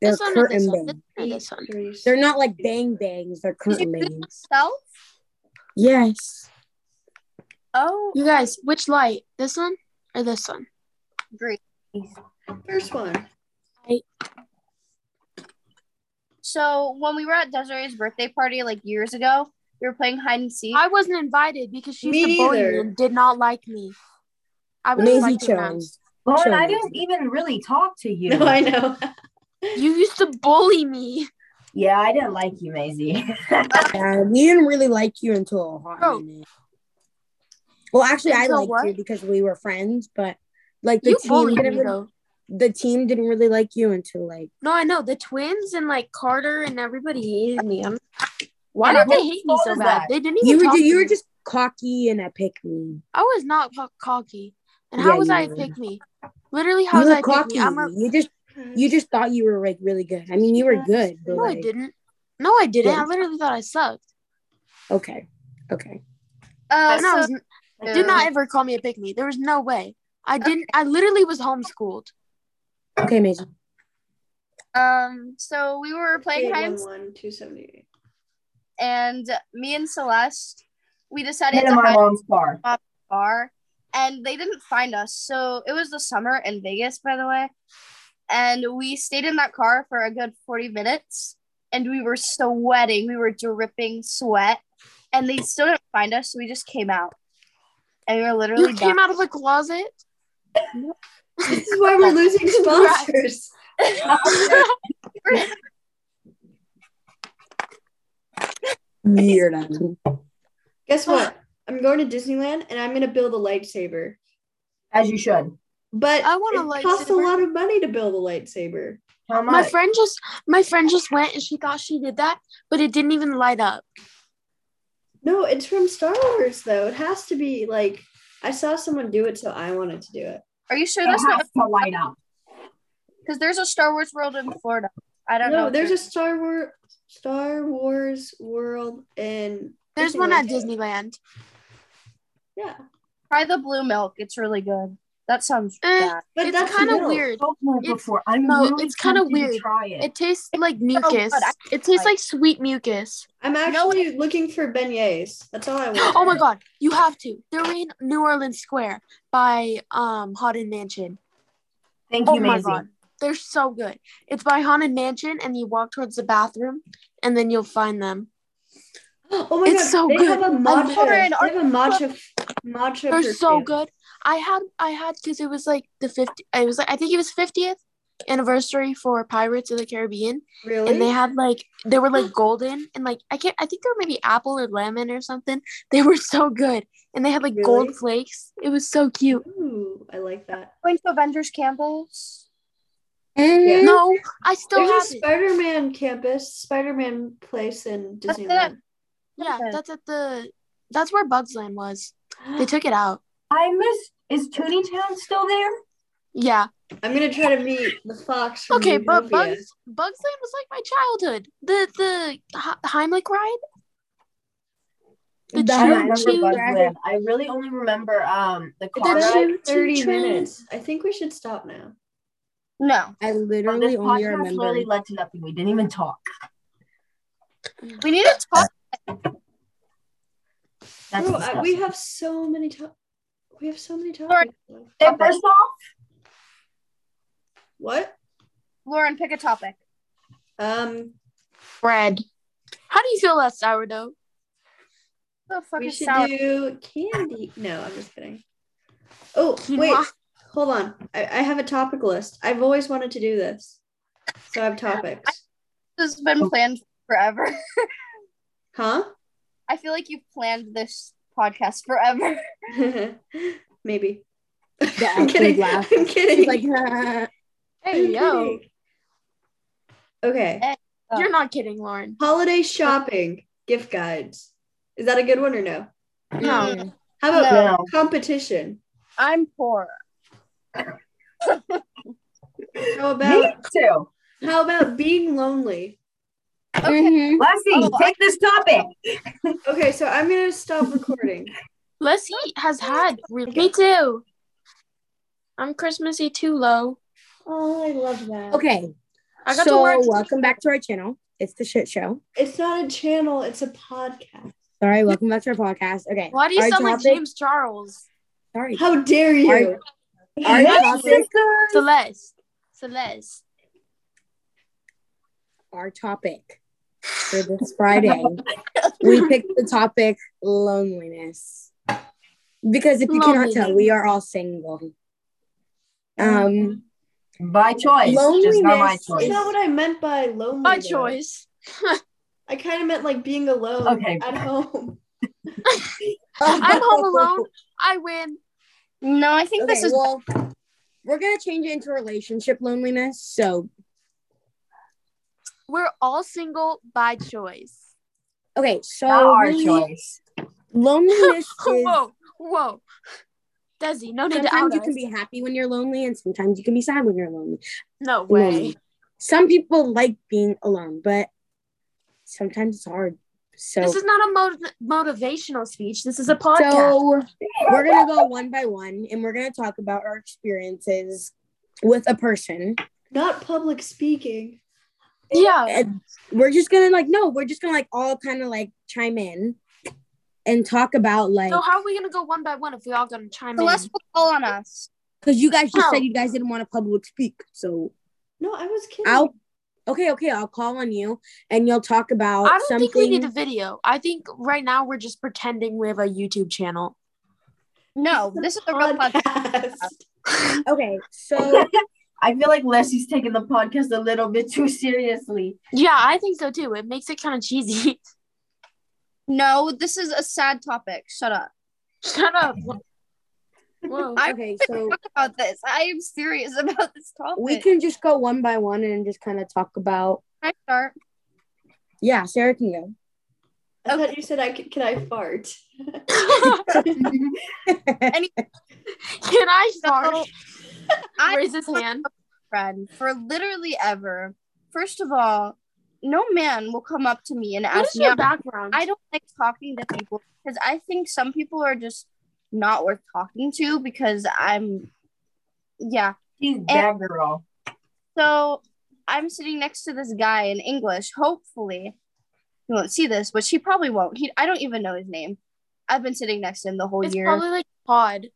Speaker 1: They're
Speaker 4: This one or
Speaker 1: curtain
Speaker 4: this one? This
Speaker 1: bangs.
Speaker 4: one or this one?
Speaker 3: Three,
Speaker 1: They're not like bang bangs. They're
Speaker 5: Did
Speaker 1: curtain
Speaker 5: you do them
Speaker 1: bangs.
Speaker 5: yourself?
Speaker 1: Yes.
Speaker 5: Oh,
Speaker 4: You guys, which light? This one or this one?
Speaker 5: great.
Speaker 3: First one.
Speaker 5: So when we were at Desiree's birthday party like years ago, we were playing hide and seek.
Speaker 4: I wasn't invited because she used
Speaker 3: Me
Speaker 4: to bully me
Speaker 3: either.
Speaker 4: and did not like me. I was
Speaker 1: Lazy
Speaker 4: like,
Speaker 1: chose.
Speaker 2: Lauren, I didn't even really talk to you.
Speaker 3: No, I know.
Speaker 4: You used to bully me.
Speaker 2: Yeah, I didn't like you, Maisie.
Speaker 1: Yeah, Uh, we didn't really like you until a hot
Speaker 4: Oh.
Speaker 1: minute. Well, actually, I
Speaker 4: Until
Speaker 1: liked you
Speaker 4: what?
Speaker 1: because we were friends, but like the
Speaker 4: You
Speaker 1: team
Speaker 4: bullied
Speaker 1: didn't
Speaker 4: me
Speaker 1: really,
Speaker 4: though.
Speaker 1: the team didn't really like you until like
Speaker 4: No, I know the twins and like Carter and everybody hated me.
Speaker 5: Uh,
Speaker 4: I'm, why
Speaker 2: And
Speaker 4: did they
Speaker 2: whose
Speaker 4: hate me so
Speaker 2: fault is
Speaker 4: bad?
Speaker 2: that?
Speaker 4: They didn't even.
Speaker 1: you were
Speaker 4: talk
Speaker 1: ju-
Speaker 4: to
Speaker 1: you were
Speaker 4: me.
Speaker 1: just cocky and a pick me.
Speaker 4: I was not co- cocky. And
Speaker 1: Yeah,
Speaker 4: how was
Speaker 1: you
Speaker 4: I
Speaker 1: were.
Speaker 4: a pick me? Literally, how
Speaker 1: You
Speaker 4: was
Speaker 1: were
Speaker 4: I a pick me?
Speaker 1: cocky.
Speaker 4: I'm a Hmm.
Speaker 1: You just you just thought you were like really good. I mean, you were good, but
Speaker 4: no, I
Speaker 1: like
Speaker 4: didn't. No, I didn't. I
Speaker 1: Yeah.
Speaker 4: literally thought I sucked.
Speaker 1: okay, okay.
Speaker 5: Uh,
Speaker 4: And I
Speaker 5: so,
Speaker 4: was, did not ever call me a pick me. There was no way. I didn't. I literally was homeschooled.
Speaker 1: Okay, amazing.
Speaker 5: um, so we were playing hide and seek,
Speaker 3: 811, 278.
Speaker 5: and me and Celeste, we decided
Speaker 2: Been
Speaker 5: to
Speaker 2: in my
Speaker 5: hide
Speaker 2: mom's car.
Speaker 5: bar and they didn't find us. So it was the summer in Vegas, by the way. And we stayed in that car for a good 40 minutes and we were sweating. We were dripping sweat and they still didn't find us. So we just came out and we were
Speaker 4: You
Speaker 5: literally
Speaker 4: came
Speaker 5: done.
Speaker 4: out of the closet.
Speaker 3: This is why we're losing sponsors.
Speaker 1: Weird. I
Speaker 3: Guess what? I'm going to Disneyland and I'm going to build a lightsaber.
Speaker 2: As you should.
Speaker 3: But
Speaker 4: I want a
Speaker 3: it costs a
Speaker 4: lightsaber.
Speaker 3: lot of money to build a lightsaber.
Speaker 2: How
Speaker 4: My
Speaker 2: much?
Speaker 4: friend just my friend just went and she thought she did that, but it didn't even light up.
Speaker 3: No, it's from Star Wars though. It has to be like I saw someone do it, so I wanted to do it.
Speaker 5: Are you sure
Speaker 2: it
Speaker 5: that's not
Speaker 2: has to light up.
Speaker 5: because there's a Star Wars world in Florida? I don't
Speaker 3: No,
Speaker 5: know.
Speaker 3: there's a Star Wars Star Wars world in
Speaker 4: There's one at Disneyland.
Speaker 3: Disneyland. Yeah.
Speaker 5: try the blue milk. It's really good. That sounds
Speaker 4: Eh.
Speaker 5: bad.
Speaker 3: But
Speaker 4: it's
Speaker 3: that's
Speaker 4: kind of
Speaker 3: milk.
Speaker 4: weird.
Speaker 2: Don't move
Speaker 4: It's-
Speaker 2: before. I'm
Speaker 4: no,
Speaker 2: really
Speaker 4: it's kinda
Speaker 2: tempted to
Speaker 4: weird.
Speaker 2: Try it.
Speaker 4: It tastes like mucus.
Speaker 5: good. I-
Speaker 4: It tastes like sweet mucus.
Speaker 3: I'm actually looking for beignets. That's all I want.
Speaker 4: Oh my god, you have to. They're in New Orleans Square by um Haunted Mansion.
Speaker 2: Thank you,
Speaker 4: Oh my
Speaker 2: Maisie.
Speaker 4: god. They're so good. It's by Haunted Mansion and you walk towards the bathroom and then you'll find them.
Speaker 3: Oh my
Speaker 4: It's
Speaker 3: god,
Speaker 4: so
Speaker 3: they
Speaker 4: good.
Speaker 3: have a
Speaker 4: love
Speaker 3: matcha.
Speaker 5: it.
Speaker 3: They have a matcha matcha.
Speaker 4: They're so
Speaker 3: perfume.
Speaker 4: good. I had I had because it was like the 50 I was like I think it was 50th anniversary for Pirates of the Caribbean
Speaker 3: Really?
Speaker 4: and they had like they were like golden and like I can't I think they were maybe apple or lemon or something. They were so good and they had like
Speaker 3: Really?
Speaker 4: gold flakes. It was so cute.
Speaker 3: Ooh, I like that.
Speaker 5: Going to Avengers Campbell's.
Speaker 3: Yeah.
Speaker 4: No, I still have
Speaker 3: There's a
Speaker 4: it.
Speaker 3: Spider-Man campus, Spider-Man place in
Speaker 5: That's it.
Speaker 3: Disneyland.
Speaker 4: Yeah,
Speaker 5: Okay.
Speaker 4: that's at the that's where Bugs Land was. They took it out.
Speaker 2: I missed. Is Toontown still there?
Speaker 4: Yeah.
Speaker 3: I'm gonna try to meet the fox from
Speaker 4: Okay, but
Speaker 3: Zootopia.
Speaker 4: Bugs Bugs Land was like my childhood. The the He- Heimlich ride. The
Speaker 2: I
Speaker 1: Choo-
Speaker 2: remember
Speaker 4: choo-
Speaker 2: Buzz
Speaker 4: choo-
Speaker 2: Land. I really only remember um the
Speaker 4: The
Speaker 2: car
Speaker 3: We're
Speaker 4: That's
Speaker 3: at
Speaker 2: ride.
Speaker 4: choo- choo
Speaker 3: 30
Speaker 4: train.
Speaker 3: minutes. I think we should stop now.
Speaker 5: No,
Speaker 1: I
Speaker 2: Well,
Speaker 1: literally
Speaker 2: this
Speaker 1: only
Speaker 2: podcast
Speaker 1: remember.
Speaker 2: literally led to nothing. We didn't even talk.
Speaker 5: we need to talk.
Speaker 2: That's
Speaker 3: Bro, I- Oh, uh, we
Speaker 2: disgusting.
Speaker 3: have so many to- we have so many
Speaker 5: Sorry.
Speaker 3: topics.
Speaker 2: And first off,
Speaker 3: What?
Speaker 5: Lauren, pick a topic.
Speaker 3: Um
Speaker 4: bread. How do you feel about sourdough?
Speaker 5: The fuck
Speaker 3: we
Speaker 5: is
Speaker 3: should
Speaker 5: sour?
Speaker 3: do candy. No, I'm just kidding. Oh,
Speaker 4: Quinoa.
Speaker 3: wait. Hold on. I, I have a topic list. I've always wanted to do this. So I have topics.
Speaker 5: this has been planned forever.
Speaker 3: Huh?
Speaker 5: I feel like you planned this podcast forever.
Speaker 3: Maybe.
Speaker 1: The
Speaker 3: I'm
Speaker 1: actual
Speaker 3: kidding.
Speaker 1: laugh.
Speaker 3: I'm kidding.
Speaker 1: She's like,
Speaker 3: I'm kidding. Okay.
Speaker 1: Oh.
Speaker 4: You're not kidding, Lauren.
Speaker 3: Holiday shopping gift guides. Is that a good one or no?
Speaker 4: No.
Speaker 1: Mm-hmm.
Speaker 5: Mm,
Speaker 3: How about
Speaker 2: No.
Speaker 3: competition?
Speaker 5: I'm poor.
Speaker 3: How
Speaker 2: me
Speaker 3: about
Speaker 2: too.
Speaker 3: how about being lonely?
Speaker 1: Mhm.
Speaker 2: Leslie,
Speaker 5: Oh,
Speaker 2: take this topic.
Speaker 3: Okay, so I'm gonna stop recording.
Speaker 4: Leslie has had. Really- Me too. I'm Christmassy too low.
Speaker 3: oh, I love that.
Speaker 1: Okay,
Speaker 4: I got to
Speaker 1: so
Speaker 4: watch.
Speaker 1: welcome back to our channel. It's the shit show.
Speaker 3: It's not a channel, it's a podcast.
Speaker 1: Sorry, welcome back to our podcast. Okay.
Speaker 4: Why do you
Speaker 1: our
Speaker 4: sound like
Speaker 1: topic-
Speaker 4: James Charles?
Speaker 1: Sorry.
Speaker 3: How dare you?
Speaker 1: Our topic,
Speaker 4: Celeste. Celeste.
Speaker 1: our topic for this Friday, we picked the topic loneliness. Because if you cannot tell, we are all single. Um,
Speaker 2: By choice. Just not my
Speaker 1: Loneliness
Speaker 3: That's
Speaker 2: choice.
Speaker 3: not what I meant by lonely.
Speaker 4: My
Speaker 3: though.
Speaker 4: choice.
Speaker 3: I kind of meant like being alone
Speaker 2: Okay.
Speaker 3: at home.
Speaker 4: I'm home alone. I win.
Speaker 5: No, I think
Speaker 1: Okay,
Speaker 5: this is
Speaker 1: well, we're gonna change it into relationship loneliness. So,
Speaker 4: We're all single by choice.
Speaker 1: okay, so
Speaker 2: Not our
Speaker 1: really,
Speaker 2: choice.
Speaker 1: loneliness is
Speaker 4: whoa, whoa. Desi, Oh, no need to out
Speaker 1: sometimes you
Speaker 4: us.
Speaker 1: can be happy when you're lonely, and sometimes you can be sad when you're lonely.
Speaker 4: No way.
Speaker 1: lonely. Some people like being alone, but sometimes it's hard. So,
Speaker 4: This is not a mo- motivational speech. This is a podcast.
Speaker 1: so we're gonna go one by one, and we're gonna talk about our experiences with a person.
Speaker 3: Not public speaking.
Speaker 4: yeah.
Speaker 1: And we're just gonna like no, we're just gonna like all kind of like chime in and talk about like
Speaker 4: So how are we gonna go one by one if we all gonna chime
Speaker 5: Celeste
Speaker 4: in?
Speaker 5: will call on us.
Speaker 1: because you guys just said
Speaker 4: No.
Speaker 1: you guys didn't want to public speak, so
Speaker 3: No, I was kidding.
Speaker 1: I'll okay, okay, I'll call on you and you'll talk about
Speaker 4: I don't
Speaker 1: something.
Speaker 4: think we need a video. I think right now we're just pretending we have a YouTube channel.
Speaker 5: No, this is a real podcast.
Speaker 1: okay, so
Speaker 2: I feel like Leslie's taking the podcast a little bit too seriously.
Speaker 4: Yeah, I think so too. It makes it kind of cheesy.
Speaker 5: No, this is a sad topic. Shut up.
Speaker 4: Shut up. Whoa.
Speaker 5: I-
Speaker 1: Okay, so
Speaker 5: about this. I am serious about this topic.
Speaker 1: we can just go one by one and just kind of talk about.
Speaker 5: Can I start.
Speaker 1: Yeah, Sarah can go.
Speaker 3: I thought you said I could. Can I fart?
Speaker 4: Can I start?
Speaker 5: So, I-
Speaker 4: Raise his hand.
Speaker 5: friend for literally ever. First of all, no man will come up to me and
Speaker 4: What
Speaker 5: ask
Speaker 4: is
Speaker 5: me.
Speaker 4: your
Speaker 5: out.
Speaker 4: background?
Speaker 5: I don't like talking to people because I think some people are just not worth talking to because I'm, yeah.
Speaker 2: She's bad girl.
Speaker 5: So I'm sitting next to this guy in English. Hopefully, he won't see this, but she probably won't. He, I don't even know his name. I've been sitting next to him the whole
Speaker 4: It's
Speaker 5: year.
Speaker 4: probably like pod.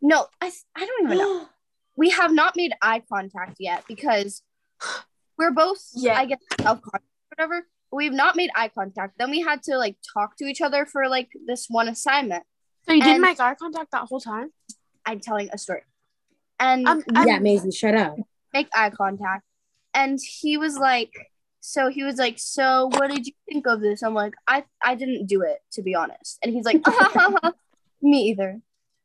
Speaker 5: no, I, I don't even know. we have not made eye contact yet because we're both
Speaker 4: Yeah.
Speaker 5: I guess self conscious whatever. We've not made eye contact. Then we had to like talk to each other for like this one assignment.
Speaker 4: So you didn't
Speaker 5: And-
Speaker 4: make eye contact that whole time?
Speaker 5: I'm telling a story. And
Speaker 4: Um,
Speaker 5: I
Speaker 1: yeah, Maisie, shut up.
Speaker 5: make eye contact. And he was like, so he was like, so what did you think of this? I'm like, I I didn't do it to be honest. And he's like, me either.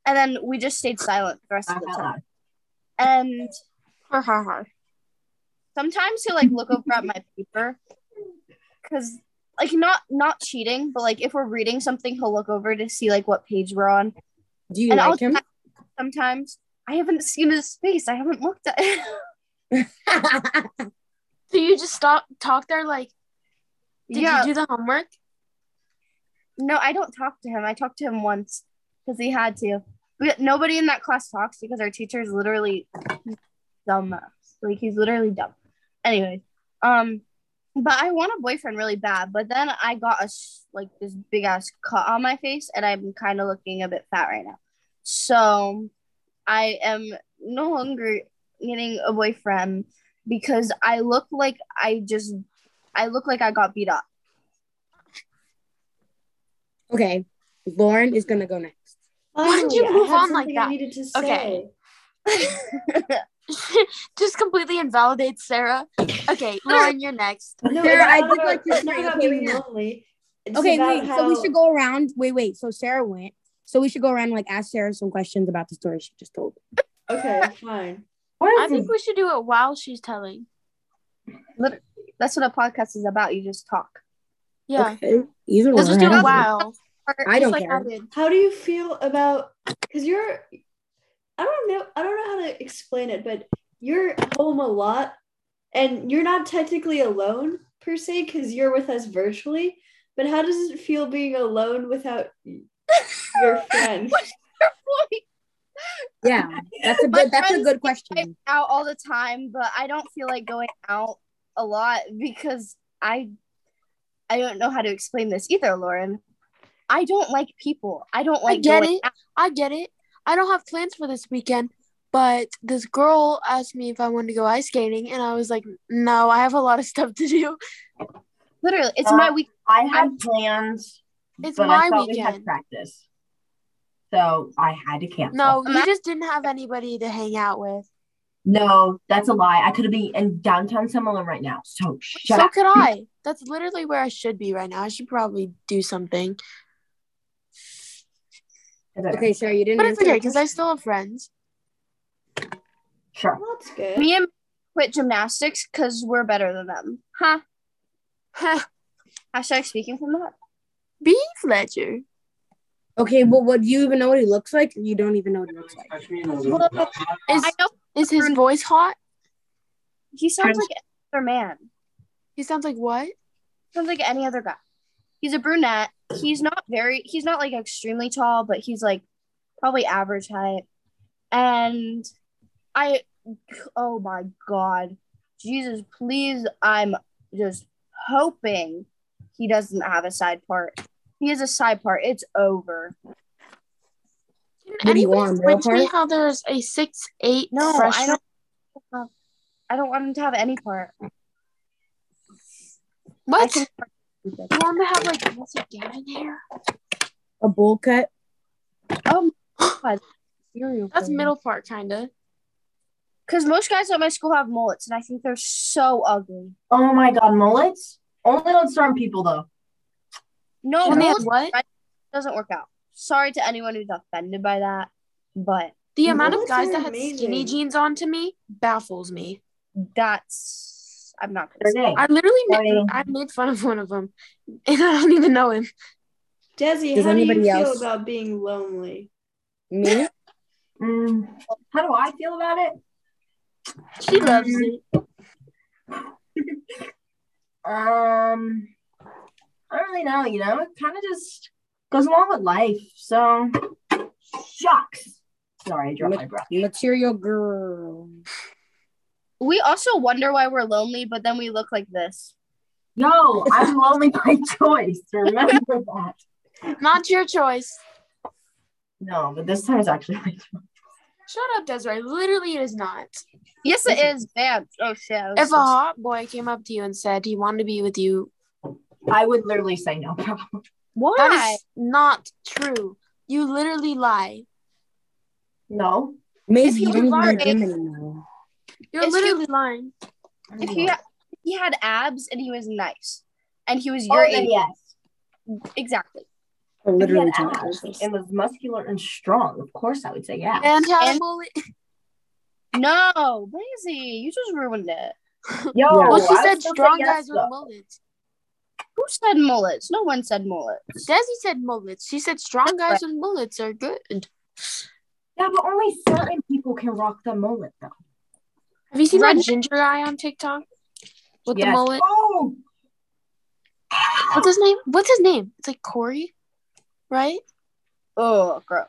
Speaker 5: And then we just stayed silent the rest of the time. And
Speaker 4: Har har har.
Speaker 5: sometimes he'll like look over at my paper because like not not cheating but like if we're reading something he'll look over to see like what page we're on
Speaker 1: Do you
Speaker 5: and
Speaker 1: like him?
Speaker 5: sometimes i haven't seen his face i haven't looked at
Speaker 4: So you just stop talk there like did
Speaker 5: yeah
Speaker 4: you do the homework?
Speaker 5: no i don't talk to him i talked to him once because he had to but nobody in that class talks because our teacher is literally dumb like he's literally dumb anyway um but i want a boyfriend really bad but then i got a sh- like this big ass cut on my face and i'm kind of looking a bit fat right now so i am no longer getting a boyfriend because i look like i just i look like i got beat up
Speaker 1: okay, Lauren is gonna go next.
Speaker 4: Why did you
Speaker 3: Finally, I
Speaker 4: move
Speaker 3: had
Speaker 4: on like
Speaker 3: something
Speaker 4: that?
Speaker 3: I needed to say.
Speaker 4: Okay. just completely invalidates Sarah. Okay, Lauren, you're next.
Speaker 3: No,
Speaker 1: Sarah,
Speaker 3: it's
Speaker 1: I
Speaker 3: not
Speaker 1: did
Speaker 3: about-
Speaker 1: like your
Speaker 3: it's not
Speaker 1: story.
Speaker 3: about
Speaker 1: Okay,
Speaker 3: being
Speaker 1: yeah.
Speaker 3: lonely. It's
Speaker 1: Okay,
Speaker 3: about
Speaker 1: wait. So we
Speaker 3: how-
Speaker 1: should go around. Wait, wait. So Sarah went. So we should go around and like ask Sarah some questions about the story she just told.
Speaker 3: Okay, fine.
Speaker 2: What
Speaker 4: I
Speaker 2: is this?
Speaker 4: think we should do it while she's telling.
Speaker 5: That's what a podcast is about. You just talk.
Speaker 4: Yeah.
Speaker 1: Okay. Either
Speaker 4: Let's
Speaker 1: one.
Speaker 4: just do
Speaker 1: I
Speaker 4: it
Speaker 1: don't care.
Speaker 4: while.
Speaker 1: I
Speaker 4: just
Speaker 1: don't
Speaker 4: like
Speaker 1: care.
Speaker 4: I did.
Speaker 3: How do you feel about? Because you're, I don't know, I don't know how to explain it, but you're home a lot, and you're not technically alone per se because you're with us virtually. But how does it feel being alone without your friend?
Speaker 1: Yeah, that's a
Speaker 5: My
Speaker 1: good. That's a
Speaker 5: friends
Speaker 1: good
Speaker 5: I'm
Speaker 1: question.
Speaker 5: out all the time, but I don't feel like going out a lot because I I don't know how to explain this either, Lauren. I don't like people. I don't like
Speaker 4: get
Speaker 5: going
Speaker 4: it.
Speaker 5: out.
Speaker 4: I get it. I don't have plans for this weekend, but this girl asked me if I wanted to go ice skating, and I was like, no, I have a lot of stuff to do.
Speaker 5: Literally, it's
Speaker 2: Uh,
Speaker 5: my week.
Speaker 2: I had plans.
Speaker 4: It's
Speaker 2: but
Speaker 4: my
Speaker 2: I thought We had
Speaker 4: weekend.
Speaker 2: practice. So I had to cancel.
Speaker 4: No, you
Speaker 5: Ima-
Speaker 4: just didn't have anybody to hang out with.
Speaker 2: No, that's a lie. I could be in downtown Semalone right now. So shut
Speaker 4: so
Speaker 2: up.
Speaker 4: could I. That's literally where I should be right now. I should probably do something.
Speaker 1: Okay, Sarah, you didn't.
Speaker 4: But it's
Speaker 1: answer
Speaker 4: okay
Speaker 1: the
Speaker 4: because I still have friends.
Speaker 2: Sure.
Speaker 3: Well, that's good.
Speaker 5: Me and quit gymnastics because we're better than them. Huh? Hashtag speaking from the heart.
Speaker 4: Be Fletcher.
Speaker 1: question. Okay, well, what do you even know what he looks like? You don't even know what he looks like.
Speaker 5: Well, I
Speaker 4: Is
Speaker 5: know
Speaker 4: is his voice hot?
Speaker 5: he sounds like another man.
Speaker 4: He sounds like what?
Speaker 5: sounds like any other guy. He's a brunette. He's not very. He's not like extremely tall, but he's like probably average height. And I, oh my god, Jesus, please! I'm just hoping he doesn't have a side part. He has a side part. It's over.
Speaker 4: Can
Speaker 1: What do you
Speaker 4: anybody
Speaker 1: want, middle
Speaker 4: explain to me
Speaker 1: part?
Speaker 4: how there's a six eight
Speaker 5: No, I
Speaker 4: freshman?
Speaker 5: don't. have- I don't want him to have any part.
Speaker 4: What?
Speaker 5: I
Speaker 4: You want to have like what's it Gavin hair?
Speaker 1: A bowl cut.
Speaker 5: Oh my god, serial
Speaker 4: That's
Speaker 2: Mm.
Speaker 5: killer.
Speaker 4: middle part kinda.
Speaker 5: Because most guys at my school have mullets, and I think they're so ugly.
Speaker 2: Oh my god, mullets? Only on certain people though.
Speaker 5: No,
Speaker 4: When they have
Speaker 5: mullets
Speaker 4: what?
Speaker 5: doesn't work out. Sorry to anyone who's offended by that. But
Speaker 4: The amount
Speaker 3: Mullets
Speaker 4: of guys
Speaker 3: are
Speaker 4: that had skinny
Speaker 3: amazing.
Speaker 4: jeans on to me baffles me.
Speaker 5: that's I'm not gonna
Speaker 2: Their
Speaker 5: say.
Speaker 2: name.
Speaker 4: I literally made,
Speaker 2: Sorry.
Speaker 4: I made fun of one of them, and I don't even know him.
Speaker 3: Desi,
Speaker 1: Does
Speaker 3: how do you
Speaker 1: anybody
Speaker 3: feel
Speaker 1: else-
Speaker 3: about being lonely?
Speaker 1: Me?
Speaker 2: Mm, how do I feel about it?
Speaker 4: She loves it.
Speaker 2: Um, I don't really know. You know, it kind of just goes along with life. So, shucks. Sorry, I dropped my breath.
Speaker 1: Material girl.
Speaker 5: We also wonder why we're lonely, but then we look like this.
Speaker 2: No, I'm lonely by choice. Remember that.
Speaker 4: Not your choice.
Speaker 2: No, but this time is actually my choice.
Speaker 4: Shut up, Desiree. Literally, it is not.
Speaker 5: Yes, it is. Damn. Oh shit. I was
Speaker 4: If a
Speaker 5: so-
Speaker 4: hot boy came up to you and said he wanted to be with you,
Speaker 2: I would literally say no.
Speaker 5: Why?
Speaker 4: that is not true. You literally lie.
Speaker 2: no.
Speaker 1: Maisie,
Speaker 5: If
Speaker 1: you
Speaker 5: you
Speaker 1: don't even
Speaker 5: are
Speaker 1: like
Speaker 5: a-
Speaker 1: them anymore.
Speaker 4: You're
Speaker 5: It's
Speaker 4: literally lying.
Speaker 5: If he ha- he had abs and he was nice, and he was
Speaker 2: Oh,
Speaker 5: your
Speaker 2: then
Speaker 5: age,
Speaker 2: yes.
Speaker 5: exactly.
Speaker 1: We're
Speaker 2: If he
Speaker 1: literally
Speaker 2: had
Speaker 1: talking
Speaker 2: abs
Speaker 1: about this.
Speaker 2: and was muscular and strong, of course I would say yes.
Speaker 4: And had a
Speaker 5: And-
Speaker 4: bullet.
Speaker 5: No, Maisie, you just ruined it.
Speaker 2: Yo,
Speaker 4: Well,
Speaker 2: I
Speaker 4: she
Speaker 2: would
Speaker 4: said
Speaker 2: still say
Speaker 4: strong
Speaker 2: yes,
Speaker 4: guys with
Speaker 2: though.
Speaker 4: mullets.
Speaker 5: Who said mullets? No one said mullets.
Speaker 4: Desi said mullets. She said strong guys with mullets are good.
Speaker 2: Yeah, but only certain people can rock the mullet though.
Speaker 4: Have you seen that
Speaker 5: Redneck-
Speaker 4: ginger guy on TikTok with the
Speaker 2: Yes.
Speaker 4: mullet?
Speaker 2: Oh,
Speaker 4: What's his name? What's his name? It's like Corey, right?
Speaker 5: Oh, gross.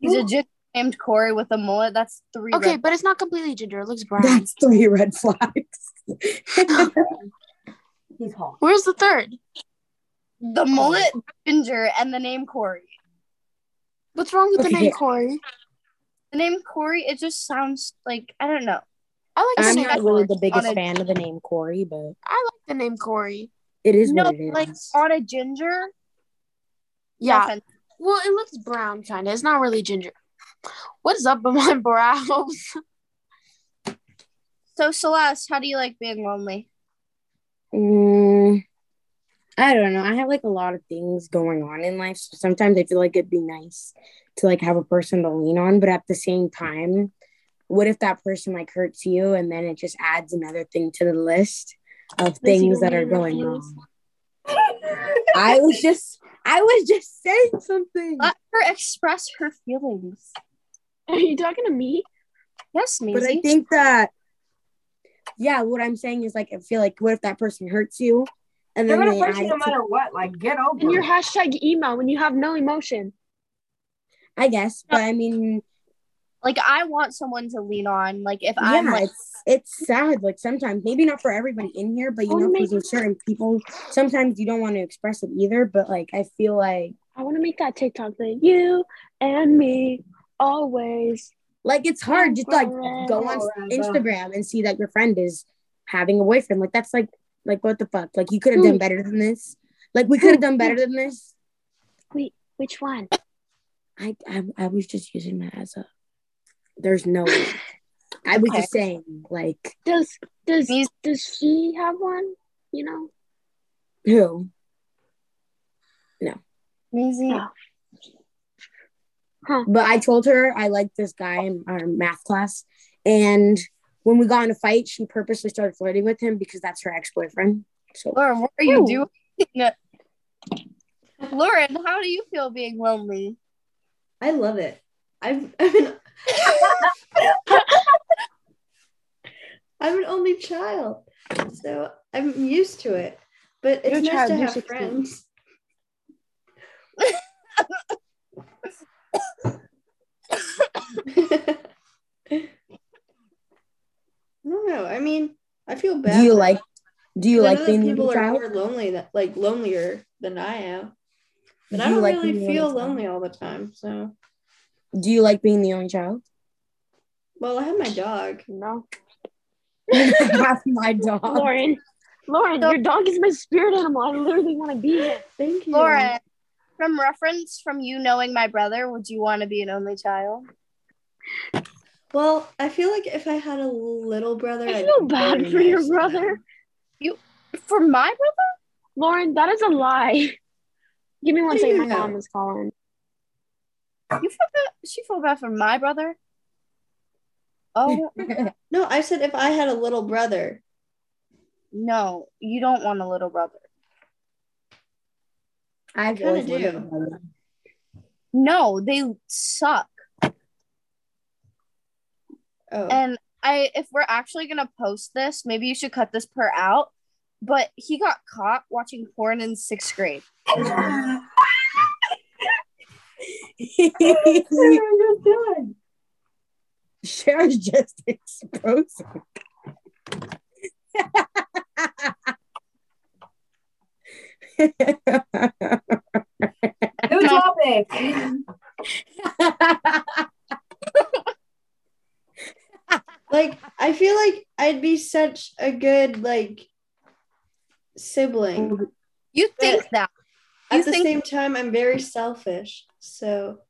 Speaker 5: He's a
Speaker 2: Ooh.
Speaker 5: ginger named Corey with a mullet. That's three.
Speaker 4: Okay,
Speaker 5: red-
Speaker 4: but it's not completely ginger. It looks brown.
Speaker 1: That's three red flags.
Speaker 2: he's hot.
Speaker 4: Where's the third?
Speaker 1: Oh.
Speaker 5: the mullet, ginger, and the name Corey.
Speaker 4: What's wrong with the
Speaker 1: Okay.
Speaker 4: name Corey?
Speaker 5: The name Corey, it just sounds like I don't know.
Speaker 4: I like the
Speaker 1: I'm
Speaker 4: name.
Speaker 1: not
Speaker 4: Corey.
Speaker 1: really the biggest
Speaker 5: On a-
Speaker 1: fan of the name Corey, but
Speaker 4: I like the name Corey.
Speaker 1: it is
Speaker 5: no,
Speaker 1: what it is.
Speaker 5: like on a ginger. No
Speaker 4: Yeah.
Speaker 5: offense.
Speaker 4: Well, it looks brown, kind of. It's not really ginger. What's up with my brows?
Speaker 5: So Celeste, how do you like being lonely?
Speaker 1: Mm, I don't know. I have like a lot of things going on in life. So sometimes I feel like it'd be nice to like have a person to lean on, but at the same time, what if that person like hurts you and then it just adds another thing to the list of
Speaker 5: Lizzie,
Speaker 1: things that
Speaker 5: you
Speaker 1: are
Speaker 5: mean
Speaker 1: going
Speaker 5: reviews?
Speaker 1: wrong? I was just I was just saying something.
Speaker 5: Let her express her feelings.
Speaker 4: Are you talking to me?
Speaker 5: Yes, Maisie.
Speaker 1: But I think that yeah, what I'm saying is like I feel like what if that person hurts you and
Speaker 2: They're
Speaker 1: then
Speaker 2: gonna
Speaker 1: they
Speaker 2: hurt
Speaker 1: add
Speaker 2: you
Speaker 1: it
Speaker 2: no
Speaker 1: to
Speaker 2: matter what. Like, get over
Speaker 4: And your
Speaker 2: it.
Speaker 4: hashtag emo when you have no emotion.
Speaker 1: I guess, but I mean
Speaker 5: like I want someone to lean on. Like if
Speaker 1: yeah,
Speaker 5: I'm like,
Speaker 1: it's it's sad. Like sometimes, maybe not for everybody in here, but you
Speaker 4: Oh,
Speaker 1: know,
Speaker 4: my-
Speaker 1: for some certain people, sometimes you don't want to express it either. But like, I feel like
Speaker 4: I want to make that TikTok thing. You and me always.
Speaker 1: like it's hard to like go on
Speaker 2: Forever.
Speaker 1: Instagram and see that your friend is having a boyfriend. Like that's like like what the fuck? Like you could have done better than this. Like we could have done better than this.
Speaker 4: Which one?
Speaker 1: I I, I was just using that as a. There's no. way. I was
Speaker 5: Okay.
Speaker 1: just saying like
Speaker 4: Does does
Speaker 5: These-
Speaker 4: does she have one? You know.
Speaker 1: who
Speaker 5: Maisie,
Speaker 4: Yeah.
Speaker 1: but I told her I liked this guy in our math class. And when we got in a fight, she purposely started flirting with him because that's her ex boyfriend. So
Speaker 3: Oh,
Speaker 5: Lauren, what are you
Speaker 4: Ooh.
Speaker 5: doing? Lauren, how do you feel being lonely?
Speaker 3: I love it. I've, I'm, an, I'm an only child, so I'm used to it. But
Speaker 4: You're a
Speaker 3: it's nice
Speaker 4: child,
Speaker 3: to
Speaker 4: you're
Speaker 3: have
Speaker 4: 16.
Speaker 3: friends. I don't know. I mean, I feel bad.
Speaker 1: do you
Speaker 3: for-
Speaker 1: like do you
Speaker 3: Because I
Speaker 1: like
Speaker 3: know that
Speaker 1: being
Speaker 3: people
Speaker 1: a
Speaker 3: are
Speaker 1: child?
Speaker 3: more lonely that like lonelier than I am. But
Speaker 1: Do
Speaker 3: I
Speaker 1: you
Speaker 3: don't
Speaker 1: like
Speaker 3: really
Speaker 1: being the
Speaker 3: feel
Speaker 1: only child?
Speaker 3: lonely all the time. So
Speaker 1: Do you like being the only child?
Speaker 3: well I have my dog.
Speaker 4: No.
Speaker 1: That's my dog.
Speaker 4: Lauren. Uh-uh. Lauren, your dog is my spirit animal. I literally want to be here.
Speaker 3: Thank you.
Speaker 5: Lauren, from reference from you knowing my brother, would you want to be an only child?
Speaker 3: Well, I feel like if I had a little brother
Speaker 4: I
Speaker 3: I'd
Speaker 4: feel
Speaker 3: be
Speaker 4: bad
Speaker 3: very
Speaker 4: for your
Speaker 3: nice to them.
Speaker 4: brother.
Speaker 5: For my brother?
Speaker 4: Lauren, that is a lie. Give me one
Speaker 3: How do
Speaker 4: second.
Speaker 3: you
Speaker 4: My
Speaker 3: know?
Speaker 4: mom is calling.
Speaker 5: You feel bad? She felt bad for my brother.
Speaker 3: Hmm.
Speaker 5: Oh
Speaker 3: No, I said if I had a little brother.
Speaker 5: no, you don't want a little brother.
Speaker 1: I
Speaker 3: kinda
Speaker 1: always
Speaker 3: do.
Speaker 1: wanted a brother.
Speaker 5: No, they suck.
Speaker 3: Oh,
Speaker 5: And I, if we're actually gonna post this, maybe you should cut this part out. But he got caught watching porn in sixth grade.
Speaker 2: you doing?
Speaker 1: Sarah's just exposing.
Speaker 2: New topic.
Speaker 3: like I feel like I'd be such a good like sibling.
Speaker 5: You think that? You
Speaker 3: At the
Speaker 5: think
Speaker 3: same time, I'm very selfish. So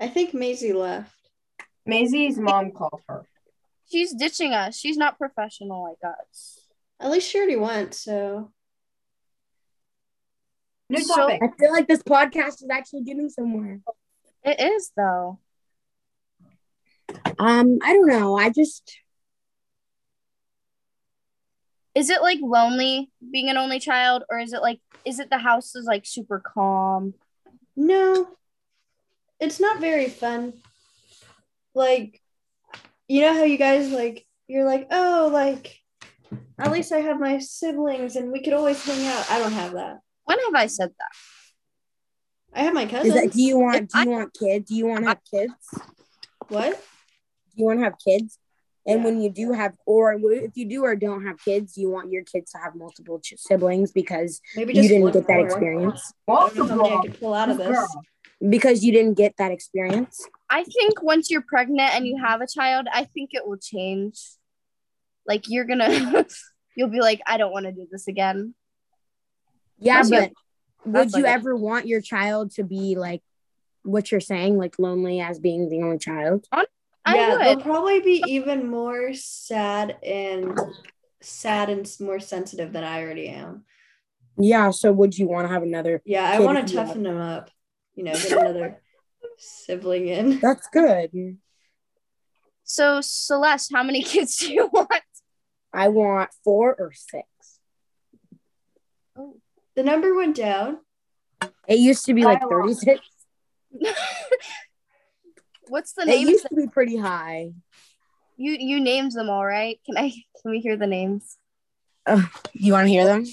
Speaker 3: I think Maisie left.
Speaker 2: Maisie's mom called her.
Speaker 5: she's ditching us? She's not professional like us.
Speaker 3: At least she already went. So
Speaker 2: New
Speaker 5: So-
Speaker 2: topic.
Speaker 1: I feel like this podcast is actually getting somewhere.
Speaker 5: It is though.
Speaker 1: Um, I don't know. I just
Speaker 5: Is it like lonely being an only child, or is it like is it the house is like super calm?
Speaker 3: no, it's not very fun. Like, you know how you guys like you're like oh like at least I have my siblings and we could always hang out. I don't have that.
Speaker 5: When have I said that?
Speaker 3: I have my cousins.
Speaker 1: is that, do you want do
Speaker 5: I-
Speaker 1: you want kids? Do you want to have kids? Do
Speaker 3: what?
Speaker 1: you want to have kids? And
Speaker 3: Yeah.
Speaker 1: when you do have, or if you do or don't have kids, you want your kids to have multiple ch- siblings because
Speaker 3: Maybe
Speaker 1: you
Speaker 3: just
Speaker 1: didn't
Speaker 3: one
Speaker 1: get that
Speaker 3: more.
Speaker 1: experience.
Speaker 3: I don't know how many I
Speaker 2: Multiple.
Speaker 3: could pull out of this.
Speaker 2: Girl.
Speaker 1: Because you didn't get that experience.
Speaker 5: I think once you're pregnant and you have a child, I think it will change. Like you're gonna, you'll be like, I don't want to do this again.
Speaker 1: Yeah,
Speaker 5: That's
Speaker 1: but would
Speaker 5: that's
Speaker 1: you
Speaker 5: like a-
Speaker 1: ever want your child to be like what you're saying, like lonely as being the only child?
Speaker 5: I
Speaker 3: yeah,
Speaker 5: would.
Speaker 3: they'll probably be even more sad and sad and s- more sensitive than I already am.
Speaker 1: Yeah. So would you want to have another?
Speaker 3: Yeah, I
Speaker 1: Kid,
Speaker 3: want to
Speaker 1: yeah.
Speaker 3: toughen them up. You know, get another sibling in.
Speaker 1: That's good.
Speaker 5: So Celeste, how many kids do you want?
Speaker 1: I want four or six.
Speaker 3: The number went down.
Speaker 1: It used to be like
Speaker 2: I want-
Speaker 1: 36.
Speaker 5: What's the
Speaker 1: It
Speaker 5: names?
Speaker 1: used to be pretty high.
Speaker 5: You you named them all right. Can I? Can we hear the names?
Speaker 1: You want to hear them?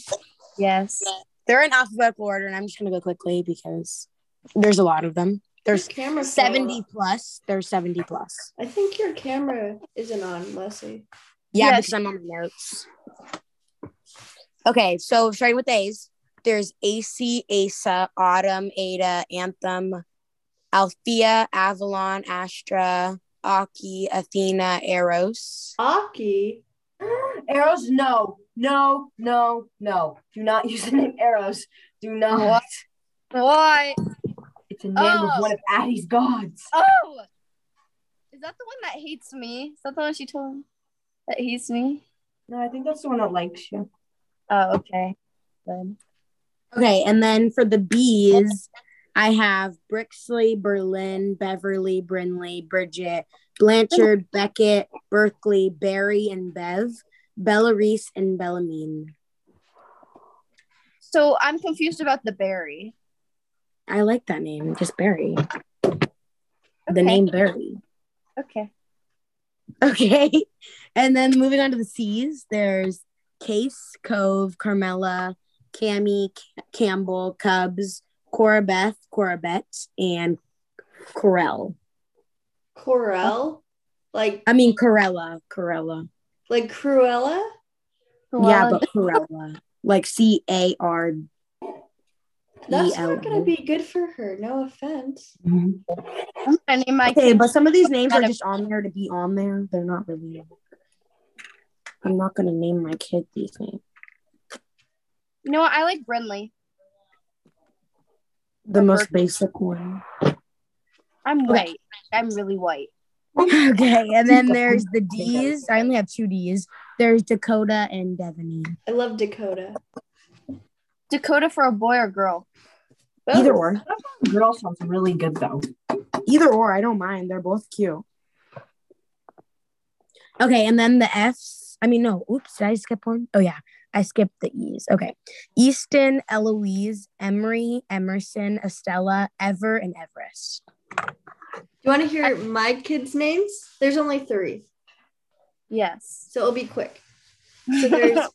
Speaker 5: Yes.
Speaker 1: They're in alphabetical order, and I'm just going to go quickly because there's a lot of them.
Speaker 3: There's
Speaker 1: There's
Speaker 3: camera fell.
Speaker 1: 70 plus. There's 70 plus.
Speaker 3: I think your camera isn't on, Leslie.
Speaker 1: Yeah,
Speaker 5: Yes.
Speaker 1: because I'm on my notes. Okay, so starting with A's, there's AC, Asa, Autumn, Ada, Anthem, Althea, Avalon, Astra, Aki, Athena, Eros.
Speaker 3: Aki.
Speaker 2: Arrows, no, no, no, no. Do not use the name arrows. Do
Speaker 1: Oh.
Speaker 2: not.
Speaker 5: What? Why?
Speaker 2: It's a name of
Speaker 5: Oh.
Speaker 2: one of Addie's gods.
Speaker 5: Oh, is that the one that hates me? Is that the one she told me that hates me?
Speaker 2: No, I think that's the one that likes you.
Speaker 5: Oh, okay. Good.
Speaker 1: Okay, and then for the B's, I have Brixley, Berlin, Beverly, Brinley, Bridget, Blanchard, Beckett, Berkeley, Barry, and Bev, Bellarice, and Bellamine.
Speaker 5: So I'm confused about the berry.
Speaker 1: I like that name, just Barry.
Speaker 5: Okay.
Speaker 1: The name Barry.
Speaker 5: Okay.
Speaker 1: Okay. And then moving on to the C's, there's Case, Cove, Carmela, Cammy, C- Campbell, Cubs, Cora Beth, Cora Bet, and Corell. Oh.
Speaker 3: Corel. Like
Speaker 1: I mean, Corella, Corella.
Speaker 3: like Cruella?
Speaker 1: yeah,
Speaker 5: Cruella-
Speaker 1: but Corella. Like C A R.
Speaker 3: That's
Speaker 1: Yeah.
Speaker 3: not gonna be good for her. No offense.
Speaker 1: Mm-hmm.
Speaker 5: I'm gonna name my
Speaker 1: Okay, but some of these names are
Speaker 5: Gotta-
Speaker 1: just on there to be on there. They're not really. I'm not going to name my kid these names.
Speaker 5: You know what? I like Brinley.
Speaker 1: The most basic one. Okay.
Speaker 5: I'm white. I'm really white.
Speaker 1: Okay, and then there's the D's. I only have two D's. There's Dakota and Devaney.
Speaker 3: I love Dakota.
Speaker 5: Dakota for a boy or girl?
Speaker 1: Either or.
Speaker 2: Girl sounds really good though.
Speaker 1: Either or, I don't mind. They're both cute. Okay, and then the F's. I mean, no. Oops, did I skip one? Oh yeah, I skipped the E's. Okay, Easton, Eloise, Emery, Emerson, Estella, Ever, and Everest.
Speaker 3: you want to hear my kids' names? There's only three,
Speaker 5: Yes.
Speaker 3: so it'll be quick. So there's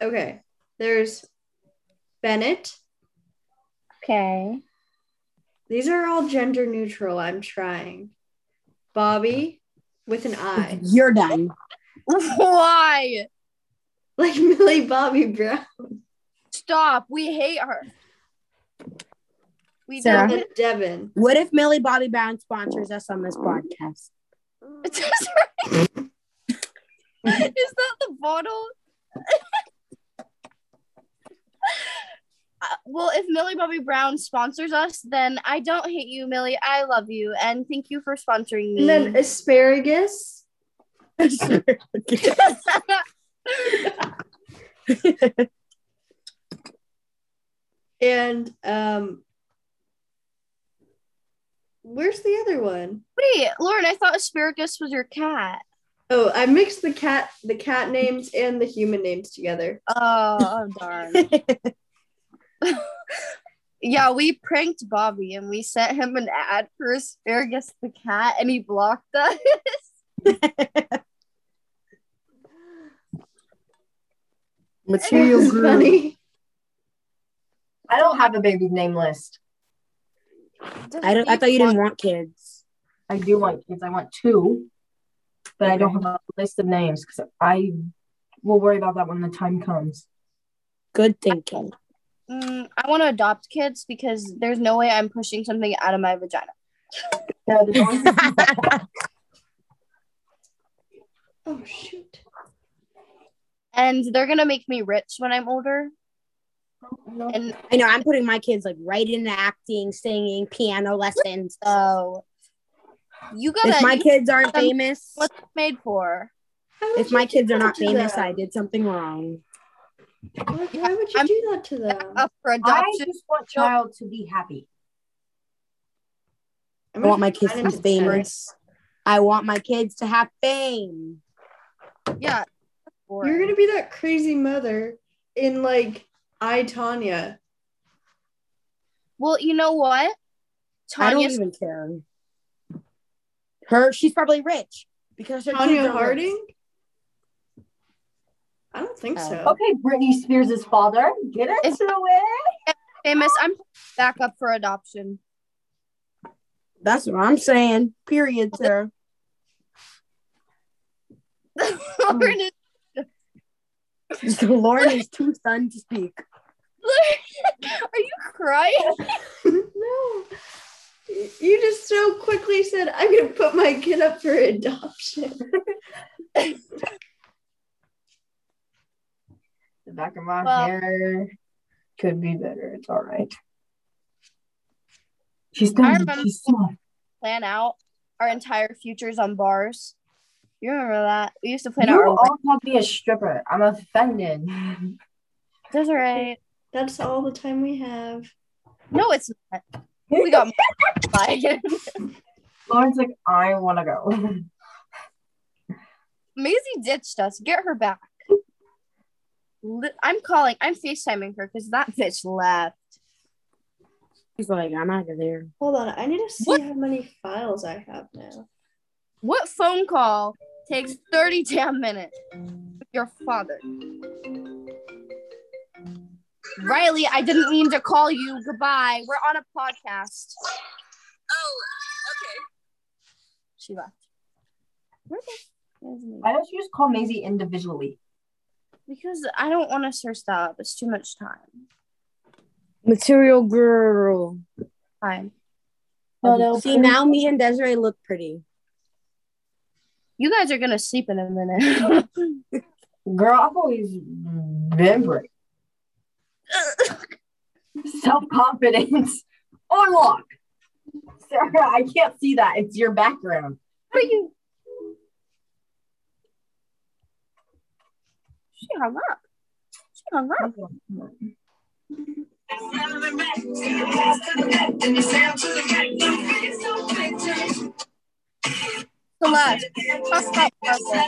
Speaker 3: okay. There's Bennett.
Speaker 5: Okay.
Speaker 3: These are all gender neutral. I'm trying. Bobby with an I,
Speaker 1: You're done.
Speaker 5: Why?
Speaker 3: like Millie Bobby Brown.
Speaker 5: Stop. We hate her. We
Speaker 1: Sarah?
Speaker 5: don't.
Speaker 3: And Devin.
Speaker 1: What if Millie Bobby Brown sponsors us on this podcast?
Speaker 5: It's just- Is that the bottle? Uh, well, if Millie Bobby Brown sponsors us, then I don't hate you, Millie. I love you, and thank you for sponsoring me.
Speaker 3: And then asparagus. And um where's the other one?
Speaker 5: Wait, Lauren, I thought asparagus was your cat.
Speaker 3: Oh, I mixed the cat the cat names and the human names together.
Speaker 5: Oh, oh darn. Yeah, we pranked Bobby and we sent him an ad for asparagus the cat, and he blocked us.
Speaker 3: This
Speaker 1: Material
Speaker 3: is funny.
Speaker 2: I don't have a baby name list.
Speaker 1: I don't. I thought you didn't want kids.
Speaker 2: I do want kids. I want two, but I don't have a list of names because I will worry about that when the time comes.
Speaker 1: Good thinking.
Speaker 5: Mm, I want to adopt kids because there's no way I'm pushing something out of my vagina.
Speaker 2: Yeah, there's always-
Speaker 3: Oh shoot.
Speaker 5: And they're going to make me rich when I'm older.
Speaker 2: no.
Speaker 5: And
Speaker 1: I know. I'm putting my kids like right into acting, singing, piano lessons.
Speaker 5: so you got
Speaker 1: if my
Speaker 5: to
Speaker 1: kids aren't
Speaker 5: some-
Speaker 1: famous,
Speaker 5: what's it made for.
Speaker 3: How would
Speaker 1: if
Speaker 3: you
Speaker 1: my
Speaker 3: do
Speaker 1: kids are
Speaker 3: that
Speaker 1: not
Speaker 3: to
Speaker 1: famous,
Speaker 3: them?
Speaker 1: I did something wrong.
Speaker 3: Why, why would you
Speaker 5: I'm-
Speaker 3: do that to them?
Speaker 5: Up uh, for
Speaker 2: I
Speaker 5: adoption.
Speaker 2: just want child to be happy.
Speaker 1: I want my
Speaker 3: gonna
Speaker 1: kids
Speaker 3: find
Speaker 1: to
Speaker 3: him
Speaker 1: be
Speaker 3: some
Speaker 1: famous. I want my kids to have fame.
Speaker 5: yeah.
Speaker 3: tennis. You're gonna be that crazy mother in like I Tanya.
Speaker 5: well, you know what?
Speaker 1: I don't
Speaker 5: Tanya's
Speaker 1: even care. Her, she's probably rich because her kids
Speaker 3: Tanya
Speaker 1: are rich.
Speaker 3: Harding? I don't think
Speaker 1: Oh.
Speaker 3: so.
Speaker 2: Okay, Britney Spears' father. Get
Speaker 5: It's-
Speaker 2: into it.
Speaker 5: famous. I'm back up for adoption.
Speaker 1: That's what I'm saying. Period, Sarah.
Speaker 5: Lauren is-
Speaker 1: So Lauren is too stunned to speak.
Speaker 5: Lauren, Are you crying?
Speaker 3: no. You just so quickly said, I'm going to put my kid up for adoption.
Speaker 2: The back of my
Speaker 5: Well-
Speaker 2: hair could be better. It's all right. She's
Speaker 5: I
Speaker 2: done.
Speaker 5: remember-
Speaker 2: She's soft.
Speaker 5: Plan out our entire futures on bars. You remember that? We used to plan
Speaker 2: You
Speaker 5: out our.
Speaker 2: all called me a stripper. I'm offended.
Speaker 5: That's all right.
Speaker 3: That's all the time we have.
Speaker 5: No, it's not. We got like
Speaker 2: Lauren's like, I want to go.
Speaker 5: Maisie ditched us. Get her back. Li- I'm calling. I'm FaceTiming her because that bitch left.
Speaker 1: She's like, I'm out of there.
Speaker 3: Hold on. I need to see
Speaker 5: What?
Speaker 3: how many files I have now.
Speaker 5: What phone call takes 30 damn minutes with your father? Riley, I didn't mean to call you. Goodbye. We're on a podcast. She left. Where the- where's Maisie?
Speaker 2: Why don't you just call Maisie individually?
Speaker 5: Because I don't want to search that up. It's too much time.
Speaker 1: Material girl.
Speaker 5: Fine.
Speaker 2: No, no.
Speaker 1: uh,
Speaker 3: uh,
Speaker 1: See, now me and Desiree look pretty.
Speaker 5: You guys are going to sleep in a minute.
Speaker 2: Girl, I've always been brave. Self confidence on lock. Sarah, I can't see that. It's your background.
Speaker 5: What are you? She hung up. She hung up. Celeste, talk about Barbie.